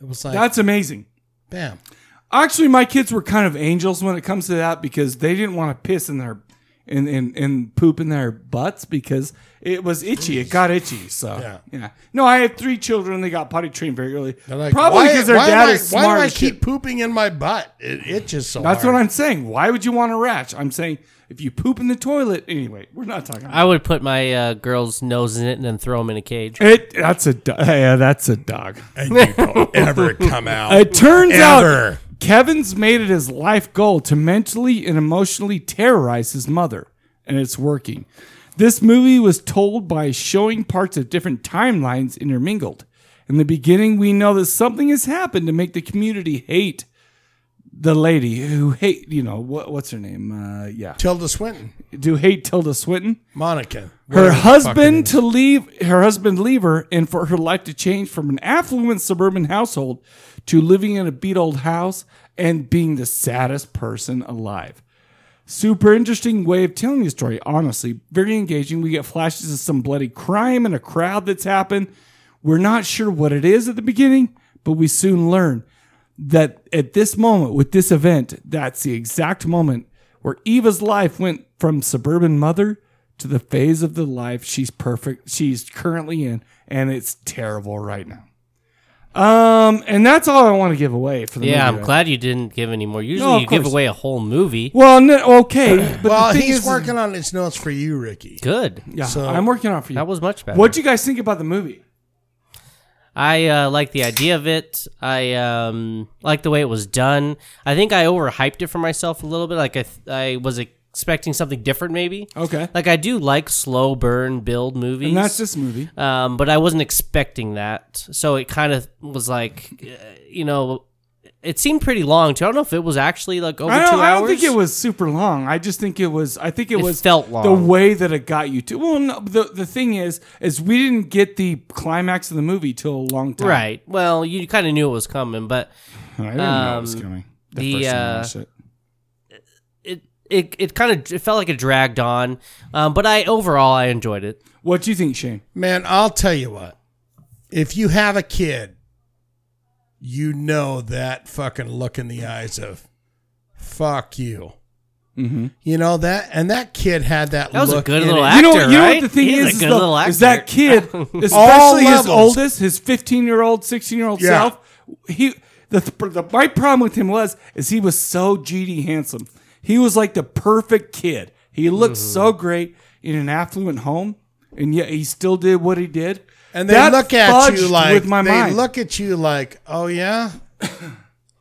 B: It was like
A: That's amazing.
B: bam.
A: Actually, my kids were kind of angels when it comes to that because they didn't want to piss in their in in, in poop in their butts because it was itchy. It got itchy. So
B: Yeah.
A: yeah. No, I had three children. They got potty trained very early.
B: They're like,
A: Probably
B: why-
A: because their
B: why am
A: dad
B: I-
A: is smart.
B: Why do I
A: as shit.
B: keep pooping in my butt? It itches so.
A: That's
B: hard.
A: what I'm saying. Why would you want to ratch? I'm saying if you poop in the toilet anyway. We're not talking. About
C: I would put my uh, girl's nose in it and then throw him in a cage.
A: it. That's a do- yeah. That's a dog.
B: And you don't ever come out.
A: It turns
B: Ever.
A: out Kevin's made it his life goal to mentally and emotionally terrorize his mother, and it's working. This movie was told by showing parts of different timelines intermingled. In the beginning, we know that something has happened to make the community hate the lady who hate, you know, what, what's her name? Uh, yeah.
B: Tilda Swinton,
A: Do hate Tilda Swinton?
B: Monica.
A: her
B: whatever the fuck it
A: husband
B: is.
A: to leave her husband leave her and for her life to change from an affluent suburban household to living in a beat old house and being the saddest person alive super interesting way of telling the story honestly very engaging we get flashes of some bloody crime and a crowd that's happened we're not sure what it is at the beginning but we soon learn that at this moment with this event that's the exact moment where eva's life went from suburban mother to the phase of the life she's perfect she's currently in and it's terrible right now um and that's all i want to give away for the
C: Yeah,
A: movie,
C: I'm
A: right?
C: glad you didn't give any more. Usually
A: No, of
C: you give
A: course.
C: away a whole movie.
A: well no, okay but
B: Well,
A: the thing
B: he's
A: is,
B: working on his notes for you, Ricky.
C: Good.
A: yeah i'm working on it for you
C: That was much better.
A: What'd you guys think about the movie?
C: I uh, like the idea of it. I um, like the way it was done. I think I overhyped it for myself a little bit. Like I, th- I was expecting something different, maybe.
A: Okay.
C: Like I do like slow burn build movies.
A: And that's this movie.
C: um, but I wasn't expecting that. So it kind of was like, uh, you know, it seemed pretty long too. I don't know if it was actually like over
A: I don't,
C: two hours.
A: I don't think it was super long. I just think it was. I think it,
C: It
A: was
C: felt
A: the
C: long.
A: way that it got you to. Well, no, the the thing is, is we didn't get the climax of the movie till a long time.
C: Right. Well, you kind of knew it was coming, but
A: I didn't know it was
C: Um,
A: coming.
C: the,
A: first time I
C: uh,
A: watched it.
C: it it, it kind of it felt like it dragged on. Um, but I overall I enjoyed it.
A: What do you think, Shane?
B: Man, I'll tell you what. If you have a kid, you know that fucking look in the eyes of fuck you.
A: Mm-hmm.
B: You know that, and that kid had that.
C: That was a
B: look
C: good
B: in
C: little
B: it.
C: actor,
A: you know, you know what
C: right?
A: the thing
C: He's a
A: is, is,
C: good
A: the-
C: little
A: is that
C: actor.
A: kid, especially his
B: levels.
A: oldest, his fifteen-year-old, sixteen-year-old
B: Yeah.
A: self. He, the, th- the my problem with him was is he was so GD handsome. He was like the perfect kid. He looked so
C: Mm-hmm.
A: great in an affluent home, and yet he still did what he did.
B: And they
A: That
B: look at you
A: fudged
B: like
A: with my
B: they
A: mind.
B: look at you like, oh yeah,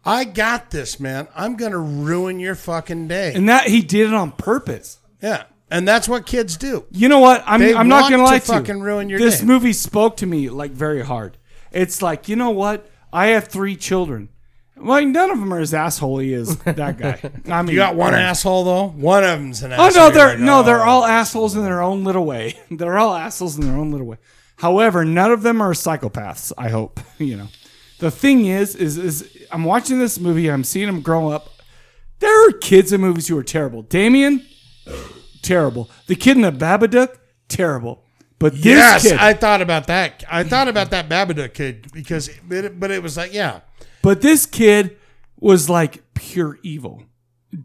B: I got this, man. I'm gonna ruin your fucking day.
A: and that he did it on purpose.
B: yeah, and that's what kids do.
A: You know what? I'm,
B: They
A: I'm not
B: want
A: gonna
B: to
A: lie to
B: fucking
A: you.
B: ruin your
A: this
B: day.
A: movie spoke to me like very hard. It's like you know what? I have three children. Like none of them are as assholey as that guy. I mean,
B: You got one asshole though. One of them's an
A: Oh
B: asshole.
A: no, they're
B: You're like,
A: no, they're
B: oh.
A: all assholes in their own little way. They're all assholes in their own little way. However, none of them are psychopaths. I hope you know. The thing is, is is I'm watching this movie. I'm seeing them grow up. There are kids in movies who are terrible. Damien, terrible. The kid in the Babadook, terrible. But this
B: Yes,
A: kid,
B: I thought about that. I thought about that Babadook kid because, but it, but it was like, yeah,
A: But this kid was like pure evil.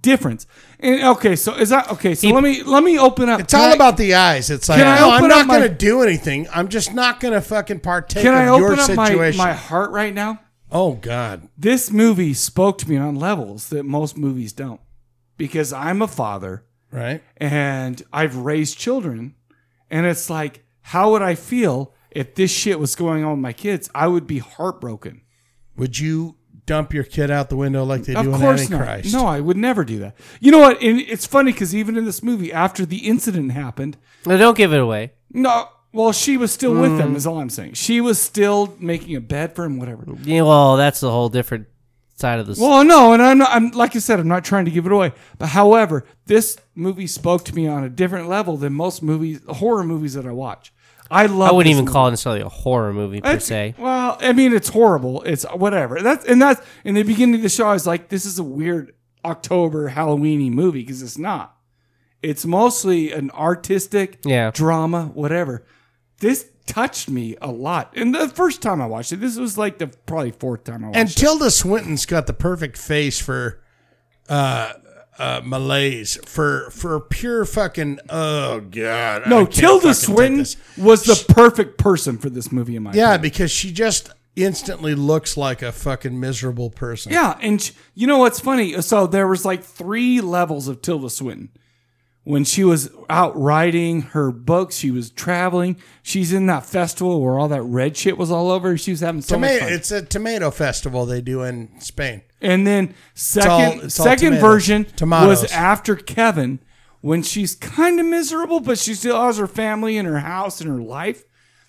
A: Difference. And okay, so is that okay? So let me let me open up.
B: it's all about the eyes. It's like,
A: Can I
B: no,
A: open
B: I'm
A: up
B: not
A: my-
B: going to do anything. I'm just not going to fucking partake
A: Can
B: of
A: I
B: your
A: open up my,
B: situation.
A: my heart right now?
B: oh God,
A: This movie spoke to me on levels that most movies don't, because I'm a father
B: right?
A: and I've raised children, and it's like, how would I feel if this shit was going on with my kids? I would be heartbroken.
B: Would you dump your kid out the window like they
A: Of
B: do in
A: course not.
B: Antichrist?
A: No, I would never do that. You know what? And it's funny because even in this movie, after the incident happened,
C: No, don't give it away.
A: no, well, she was still with him. Is all I'm saying. She was still making a bed for him, whatever.
C: Yeah, well, that's a whole different side of the. s
A: Well, no, and I'm not. I'm like I said, I'm not trying to give it away. But however, this movie spoke to me on a different level than most movies, horror movies that I watch. I love.
C: I wouldn't even
A: this
C: call it necessarily a horror movie per
A: That's-
C: se.
A: Well, I mean, it's horrible. It's whatever. That's and that's in the beginning of the show. I was like, this is a weird October Halloweeny movie because it's not. It's mostly an artistic
C: Yeah.
A: drama, whatever. This touched me a lot. And the first time I watched it, this was like the probably fourth time I watched
B: And
A: it.
B: Tilda Swinton's got the perfect face for uh, uh, malaise for for pure fucking. Oh God, I
A: No,
B: can't fucking
A: Tilda
B: take
A: Swinton
B: this.
A: was the perfect person for this movie in my
B: Yeah,
A: opinion.
B: because she just instantly looks like a fucking miserable person.
A: Yeah, and sh you know what's funny? So there was like three levels of Tilda Swinton. When she was out writing her books, she was traveling. She's in that festival where all that red shit was all over. She was having so much
B: tomato.
A: fun.
B: It's a tomato festival they do in Spain.
A: and then second
B: all- it's all
A: second
B: tomatoes.
A: version
B: Tomatoes.
A: was after Kevin when she's kind of miserable, but she still has her family and her house and her life.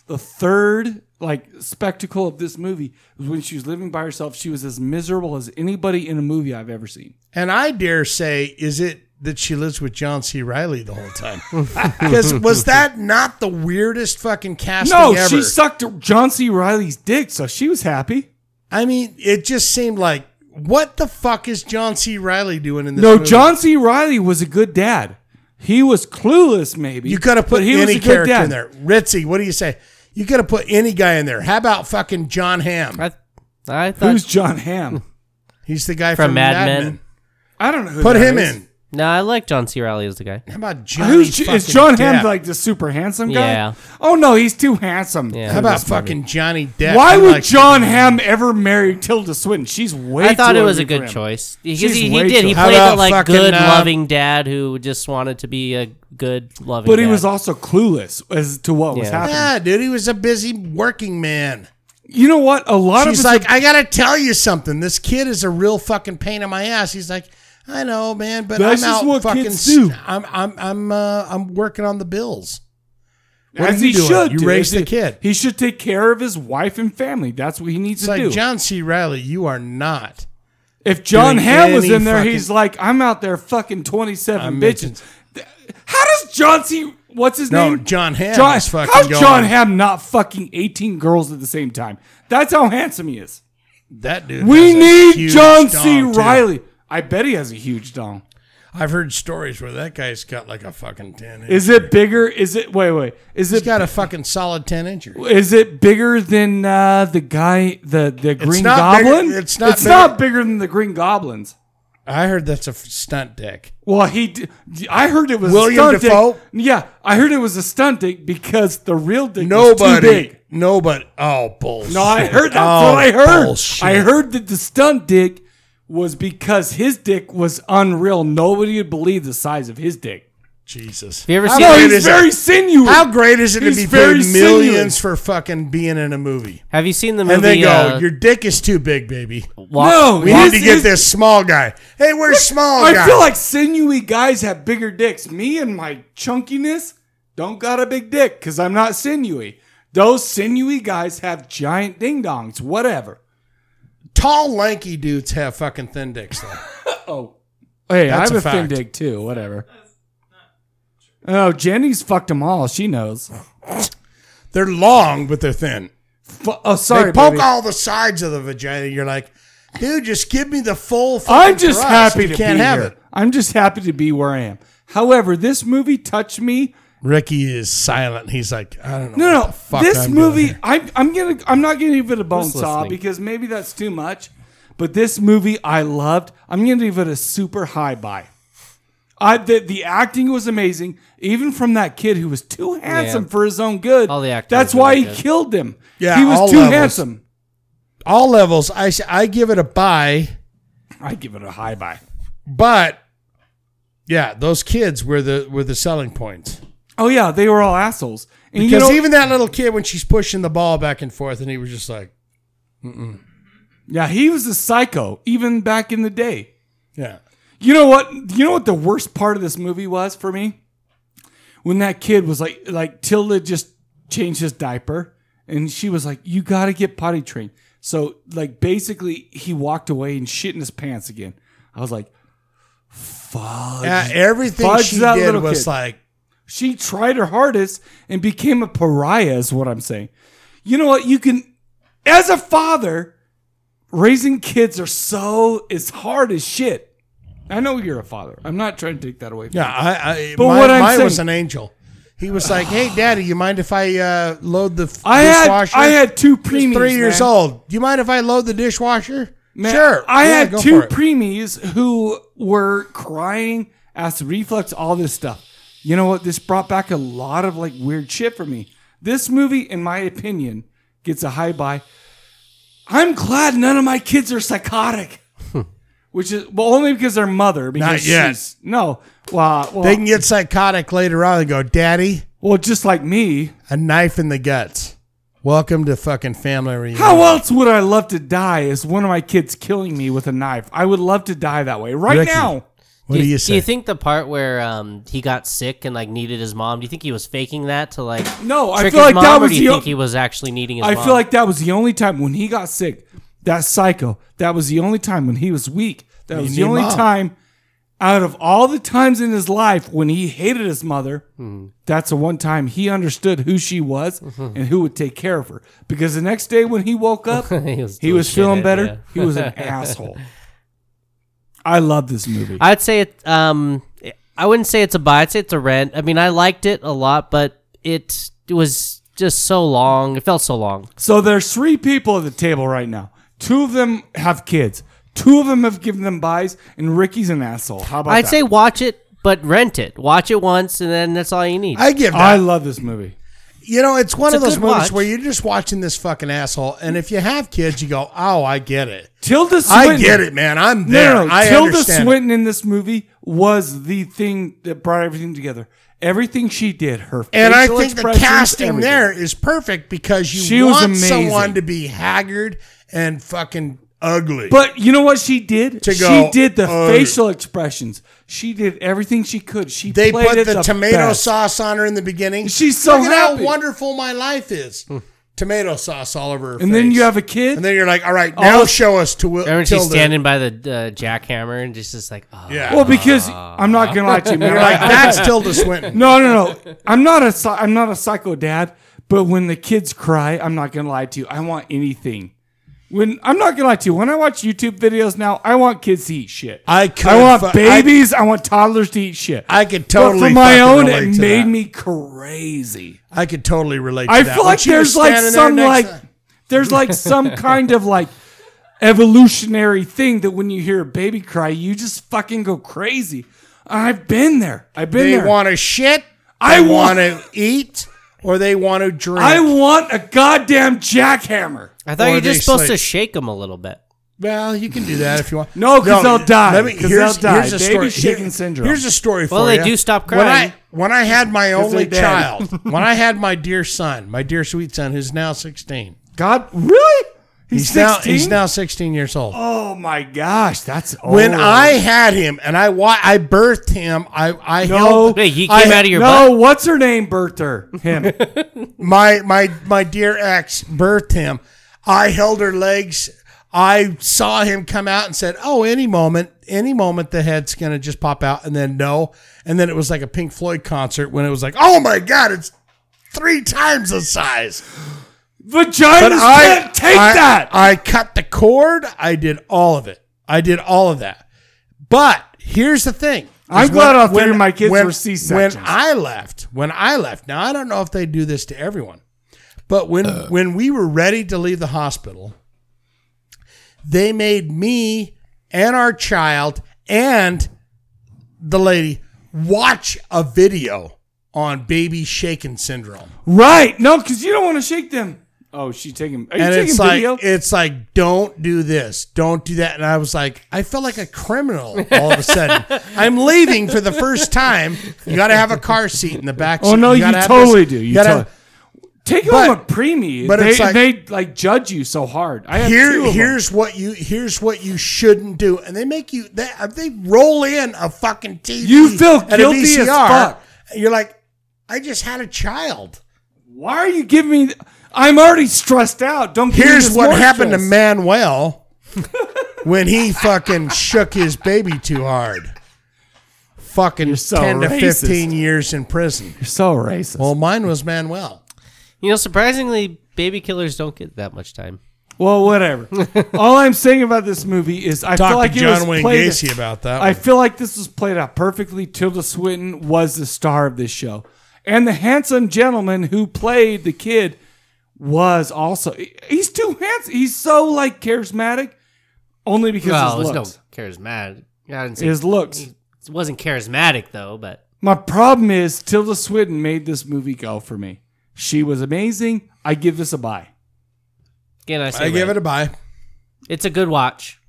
A: The third like spectacle of this movie was when she was living by herself. She was as miserable as anybody in a movie I've ever seen.
B: And I dare say, is it that she lives with John C. Riley the whole time? Because was that not the weirdest fucking casting
A: No,
B: ever?
A: she sucked John C. Riley's dick, so she was happy.
B: I mean, it just seemed like what the fuck is John C. Riley doing in this?
A: No,
B: movie?
A: John C. Riley was a good dad. He was clueless, maybe.
B: You could have
A: but
B: put
A: he was a
B: any
A: good
B: character
A: dad.
B: in there. Ritzy, what do you say? You could have put any guy in there. How about fucking John Hamm?
C: I, I thought
A: Who's John Hamm?
B: He's the guy
C: From
B: from,
C: Mad Men.
A: I don't know. Who
B: Put
A: that
B: him
A: is.
B: in.
C: no, I like John C. Riley as the guy.
B: How about Johnny?
A: Who's, is
B: fucking
A: John
B: Depp?
A: Hamm like the super handsome guy?
C: Yeah.
A: Oh no, he's too handsome.
C: Yeah.
B: How about fucking Johnny Depp?
A: Why
B: I'm
A: would
B: like-
A: John Hamm ever marry Tilda Swinton? She's way.
C: I thought
A: too
C: it was a
A: ugly for
C: good
A: him.
C: choice because
A: She's
C: he, he
A: way
C: did.
A: too-
C: He
B: How
C: played
B: about
C: the like
B: fucking,
C: good,
B: uh,
C: loving dad who just wanted to be a good, loving.
A: But he
C: dad.
A: was also clueless as to what was
C: Yeah.
A: happening.
B: Yeah, dude, he was a busy working man.
A: You know what? A lot of
B: She's
A: us
B: like, I gotta tell you something. This kid is a real fucking pain in my ass. He's like, I know, man, but
A: That's
B: I'm
A: just
B: out
A: what
B: fucking.
A: kids do.
B: s- I'm I'm I'm uh, I'm working on the bills. What
A: as
B: are you
A: he
B: doing?
A: should.
B: You
A: do.
B: raised
A: As
B: the
A: he-
B: kid.
A: He should take care of his wife and family. That's what he needs
B: It's
A: to
B: like
A: do.
B: John C. Riley, you are not.
A: if John
B: doing
A: Hamm was
B: any
A: in there,
B: fucking-
A: he's like, I'm out there fucking 27
B: I'm
A: bitches. How does John C. What's his
B: No,
A: name?
B: John Hamm
A: John,
B: is fucking
A: how's
B: going.
A: John Hamm not fucking 18 girls at the same time? That's how handsome he is.
B: That dude.
A: We
B: has a
A: need
B: huge
A: John
B: dong,
A: C.
B: too.
A: Riley. I bet he has a huge dong.
B: I've heard stories where that guy's got like a fucking ten. Inch.
A: Is it bigger? Is it wait wait? Is
B: He's
A: it
B: got a fucking solid ten inch.
A: is it bigger than uh, the guy the the Green
B: not bigger-
A: Goblin?
B: it's not
A: It's not bigger than the Green Goblins.
B: I heard that's a f- stunt dick.
A: Well, he. d- I heard it was
B: William
A: a stunt dick.
B: Dafoe?
A: Yeah, I heard it was a stunt dick because the real dick was too
B: Nobody,
A: big.
B: nobody. Oh, bullshit.
A: No, I heard that's
B: Oh,
A: what I heard.
B: bullshit.
A: I heard that the stunt dick was because his dick was unreal. Nobody would believe the size of his dick.
B: Jesus.
C: Have you ever
A: I
C: seen?
A: know
B: great
A: he's
B: is that?
A: very sinewy.
B: How great is it
A: He's
B: to be
A: very
B: paid millions
A: sinuous.
B: for fucking being in a movie?
C: Have you seen the movie?
B: And they go,
C: uh,
B: "Your dick is too big, baby.
C: Wa-
A: No,
B: We
A: Why is
B: need to get
A: his-
B: this small guy. Hey, where's small guy?
A: I feel like sinewy guys have bigger dicks. Me and my chunkiness don't got a big dick because I'm not sinewy. Those sinewy guys have giant ding dongs. Whatever.
B: Tall, lanky dudes have fucking thin dicks. Though.
A: oh, Hey,
B: That's
A: I
B: a
A: have a, thin
B: fact.
A: dig too. Whatever. Oh, Jenny's fucked them all. She knows.
B: They're long, but they're thin.
A: Fu- oh, sorry,
B: they poke
A: baby.
B: all the sides of the vagina. You're like, dude, just give me the full.
A: I'm
B: fucking
A: just
B: thrust.
A: happy
B: You
A: to
B: can't
A: be
B: have
A: here.
B: it.
A: I'm just happy to be where I am. However, this movie touched me.
B: Ricky is silent. He's like, I don't know.
A: No,
B: what
A: no,
B: the fuck
A: this
B: I'm doing
A: movie.
B: here.
A: I'm I'm gonna I'm not gonna give it a bone
C: Who's
A: saw
C: listening?
A: because maybe that's too much. But this movie I loved. I'm gonna give it a super high buy. I the, the acting was amazing, even from that kid who was too handsome for his own good.
C: All the actors
A: That's
C: were
A: why
C: really
A: he
C: good.
A: killed him.
B: Yeah,
A: he was
B: all
A: too
B: levels.
A: handsome.
B: all levels. I s- I give it a buy,
A: I give it a high buy.
B: but yeah, those kids were the were the selling points.
A: Oh yeah, they were all assholes. And you
B: Because
A: know-
B: even that little kid, when she's pushing the ball back and forth, and he was just like,
A: yeah, he was a psycho even back in the day.
B: yeah.
A: You know what? You know what the worst part of this movie was for me? When that kid was like, like Tilda just changed his diaper, and she was like, "You got to get potty trained." So like basically, he walked away and shit in his pants again. I was like, "Fudge!"
B: Yeah, everything
A: fudge
B: she
A: that
B: did
A: little
B: was
A: kid.
B: like,
A: She tried her hardest and became a pariah, is what I'm saying. You know what? You can, as a father, raising kids are so is hard as shit. I know you're a father. I'm not trying to take that away. From
B: yeah, I, I
A: But
B: my,
A: what I'm
B: mine was
A: saying-
B: an angel. He was like, hey, daddy, you mind if I uh, load the f-
A: I had
B: dishwasher?
A: I had two
B: He was
A: preemies.
B: three years
A: man.
B: old. Do you mind if I load the dishwasher?
A: Man,
B: sure.
A: I
B: Yeah,
A: had
B: go
A: two
B: for it.
A: preemies who were crying, acid reflux, all this stuff. You know what? This brought back a lot of like weird shit for me. This movie, in my opinion, gets a high buy. I'm glad none of my kids are psychotic. Which is well only because their mother because
B: Hmm. Not yet.
A: she's- no well, well,
B: They can get psychotic later on and go, daddy,
A: well just like me
B: a knife in the guts. Welcome to fucking family reunion.
A: how else would I love to die as one of my kids killing me with a knife I would love to die that way right
B: Ricky.
A: now
B: What do you,
C: Do
B: say?
C: you think the part where um, he got sick and like needed his mom? Do you think he was faking that to like
A: No, I
C: trick
A: feel
C: his
A: like
C: mom,
A: that
C: or
A: was
C: do you
A: the-
C: think he was actually needing his
A: I
C: mom?
A: feel like that was the only time when he got sick. That psycho. That was the only time when he was weak. That was
B: need
A: the only
B: mom.
A: time out of all the times in his life when he hated his mother. That's the one time he understood who she was and who would take care of her. Because the next day when he woke up,
C: He
A: he was,
C: was doing
A: feeling
C: shithead,
A: better.
C: yeah.
A: He was an asshole. I love this movie.
C: I'd say it. Um, I wouldn't say it's a buy. I'd say it's a rent. I mean, I liked it a lot, but it was just so long. It felt so long.
A: So there's three people at the table right now. Two of them have kids. Two of them have given them buys, and Ricky's an asshole. How about
C: I'd
A: that?
C: say watch it, but rent it. Watch it once, and then that's all you need.
B: I give that.
A: I love this movie.
B: You know, it's one
C: It's
B: of
C: a
B: those
C: good
B: movies
C: watch.
B: where you're just watching this fucking asshole, and if you have kids, you go, "Oh, I get it.
A: Tilda Swinton.
B: I get it, man. I'm
A: No,
B: there.
A: no, no.
B: I
A: Tilda
B: understand."
A: Swinton in this movie was the thing that brought everything together. Everything she did, her
B: it. And I
A: facial
B: think the
A: expressions,
B: casting
A: everything.
B: there is perfect because you
A: She was
B: want
A: amazing.
B: someone to be haggard and fucking ugly.
A: But you know what she did?
B: To
A: she
B: go,
A: did the
B: "Oh."
A: facial expressions. She did everything she could. She
B: they
A: played
B: put
A: it
B: the, tomato
A: best.
B: sauce on her in the beginning.
A: She's so
B: Look at
A: happy.
B: how wonderful my life is.
C: Hmm.
B: tomato sauce all over. Her
A: And then
B: face.
A: you have a kid.
B: and then you're like, "All right, now
A: All-
B: show us to Will."
C: Remember, she's
B: Tilda."
C: standing by the uh, jackhammer and just is like, oh.
B: Yeah.
A: well, because I'm not gonna lie to you, man.
B: you're like, "That's Tilda Swinton."
A: No, no, no. I'm not a psy- I'm not a psycho dad, but when the kids cry, I'm not gonna lie to you. I want anything. When I'm not gonna lie to you, when I watch YouTube videos now, I want kids to eat shit.
B: I could
A: I want
B: fu- I-
A: babies. I, want toddlers to eat shit.
B: I could
A: but
B: totally
A: for my
B: fucking
A: own,
B: relate
A: it
B: to
A: made
B: that.
A: me crazy.
B: I could totally relate. To
A: I
B: that.
A: feel
B: When
A: like
B: she was
A: there's like
B: standing
A: some
B: there
A: like
B: next to-
A: there's like some kind of like evolutionary thing that when you hear a baby cry, you just fucking go crazy. I've been there. I've been
B: they
A: there.
B: want to shit.
A: I
B: they
A: want-
B: want to eat, or they want to drink.
A: I want a goddamn jackhammer.
C: I thought
B: Or
C: you were
B: they
C: just supposed to
B: sleep.
C: shake them a little bit.
B: well, you can do that if you want.
A: No, 'cause they'll die.
B: let me-
A: 'Cause
B: here's-
A: they'll die.
B: here's a
A: Baby
B: story-
A: shaking
B: here-
A: syndrome.
B: Here's a story for
C: Well, they
B: ya.
C: do stop
B: When I
C: crying.
B: when I had my only
A: they're dead.
B: child, when I had my dear son, my dear sweet son, who's now sixteen.
A: God, really? He's,
B: now
A: 16?
B: he's now sixteen years old.
A: Oh my gosh, that's old.
B: When I had him and I wa- I birthed him, I I
A: No.
B: held
C: Wait, he
B: I-
C: came out of your
A: no, what's her name? Birther him.
B: my my my dear ex birthed him. I held her legs. I saw him come out and said, "Oh, any moment, any moment, the head's gonna just pop out." And then no, and then it was like a Pink Floyd concert when it was like, "Oh my God, it's three times the size."
A: Vaginas
B: But I-
A: can't take
B: I-
A: that.
B: I cut the cord. I did all of it. I did all of that. But here's the thing.
A: I'm
B: Is
A: glad
B: when-
A: all three
B: when-
A: of my kids
B: when-
A: were C-sections.
B: When I left, when I left, now I don't know if they do this to everyone, but when when we were ready to leave the hospital, they made me and our child and the lady watch a video on baby shaken syndrome.
A: Right? No, because you don't want to shake them. Oh, she taking. Are you
B: and
A: taking
B: it's
A: video?
B: like it's like don't do this, don't do that. And I was like, I felt like a criminal all of a sudden. I'm leaving for the first time. You got to have a car seat in the back.
A: Oh
B: seat.
A: no, you,
B: gotta have
A: totally
B: this.
A: do. You
B: gotta-
A: totally- take
B: But-
A: home a preemie.
B: but
A: But they,
B: it's like-
A: they like judge you so hard. I have two of
B: Here,
A: them.
B: here's what you here's what you shouldn't do, and they make you they, uh, they roll in a fucking TV.
A: You feel
B: and a
A: guilty as
B: VCR,
A: fuck.
B: and You're like, I just had a child.
A: Why are you giving me? th- I'm already stressed out. Don't. give me
B: Here's
A: this
B: what
A: more
B: happened to
A: stress.
B: Manuel when he fucking shook his baby too hard. Fucking
A: so
B: 10 to
A: racist.
B: 15 years in prison.
A: You're so racist.
B: Well,
A: Well,
B: mine was Manuel.
C: You know, surprisingly, baby killers don't get that much time.
A: whatever. All I'm saying about this movie is I
B: Talk
A: feel like
B: to
A: it was
B: John Wayne
A: played-
B: Gacy about that.
A: I
B: one.
A: feel like this was played out perfectly. Tilda Swinton was the star of this show, and the handsome gentleman who played the kid was also. he- He's too handsome. He's so like charismatic, only because
C: Well,
A: his
C: it was no
A: looks.
C: charismatic. I didn't say
A: His looks.
C: it wasn't charismatic though, but
A: My problem is Tilda Swinton made this movie go for me. She was amazing. I give this a buy.
C: again, I say
B: I give
C: red.
B: it a buy.
C: It's a good watch.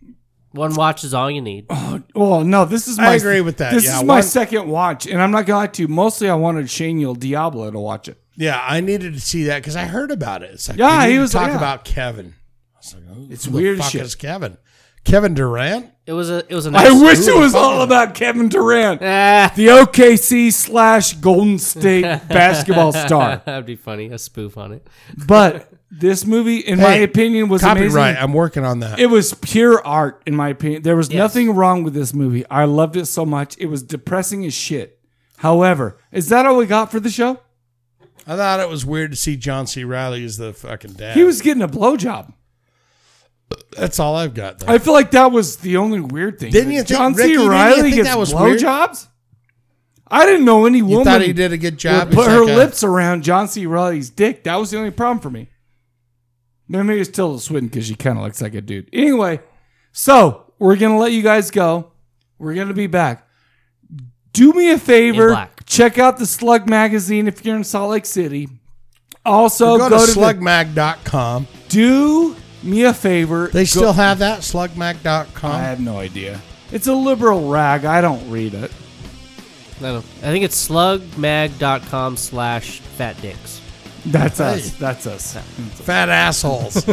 C: One watch is all you need.
A: Oh no, this is
B: I
A: my
B: agree with that,
A: This
B: yeah.
A: is my
B: One-
A: second watch, and I'm not gonna lie to you. Mostly, I wanted Shaniel Diablo to watch it.
B: Yeah, I needed to see that because I heard about it. It's like,
A: Yeah,
B: we need
A: he
B: to
A: was-
B: talk
A: yeah.
B: about Kevin. I was like, who
A: It's
B: the
A: weird as
B: fuck
A: shit.
B: is Kevin? Kevin Durant?
C: It was a it was a nice.
A: I wish
B: Ooh,
A: it was
B: fuck.
A: all about Kevin Durant,
C: Ah,
A: the OKC slash Golden State basketball star.
C: that'd be funny. A spoof on it.
A: But this movie, in my
B: Hey,
A: opinion, was
B: Copyright.
A: amazing.
B: I'm working on that.
A: It was pure art, in my opinion. There was
C: Yes.
A: nothing wrong with this movie. I loved it so much. It was depressing as shit. However, is that all we got for the show?
B: I thought it was weird to see John C. Riley as the fucking dad.
A: He was getting a blowjob.
B: That's all I've got. Though.
A: I feel like that was the only weird thing.
B: Didn't
A: That
B: you think-
A: John C.
B: Ricky, didn't you
A: Riley
B: think
A: gets
B: that was weird?
A: blowjobs? I didn't know any
B: you
A: woman
B: thought he did a good job.
A: would put
B: He's
A: her
B: like a-
A: lips around John C. Riley's dick. That was the only problem for me. Maybe it's Tilda Swinton because she kind of looks like a dude. Anyway, so we're gonna let you guys go. We're gonna be back. Do me a favor.
C: black.
A: Check out the Slug magazine if you're in Salt Lake City. Also,
B: Or
A: go,
B: go, to,
A: to, the-
B: slugmag.com.
A: do me a favor.
B: They
A: Go-
B: still have that, slugmag.com.
A: I have no idea. It's a liberal rag. I don't read it.
C: I don't. I think it's slugmag.com slash fat dicks.
A: That's us. That's us.
B: Fat assholes.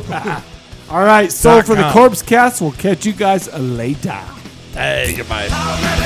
A: All right. So
B: Dot
A: for the
B: com.
A: Corpse Cast, we'll catch you guys later.
B: hey, goodbye.
E: Already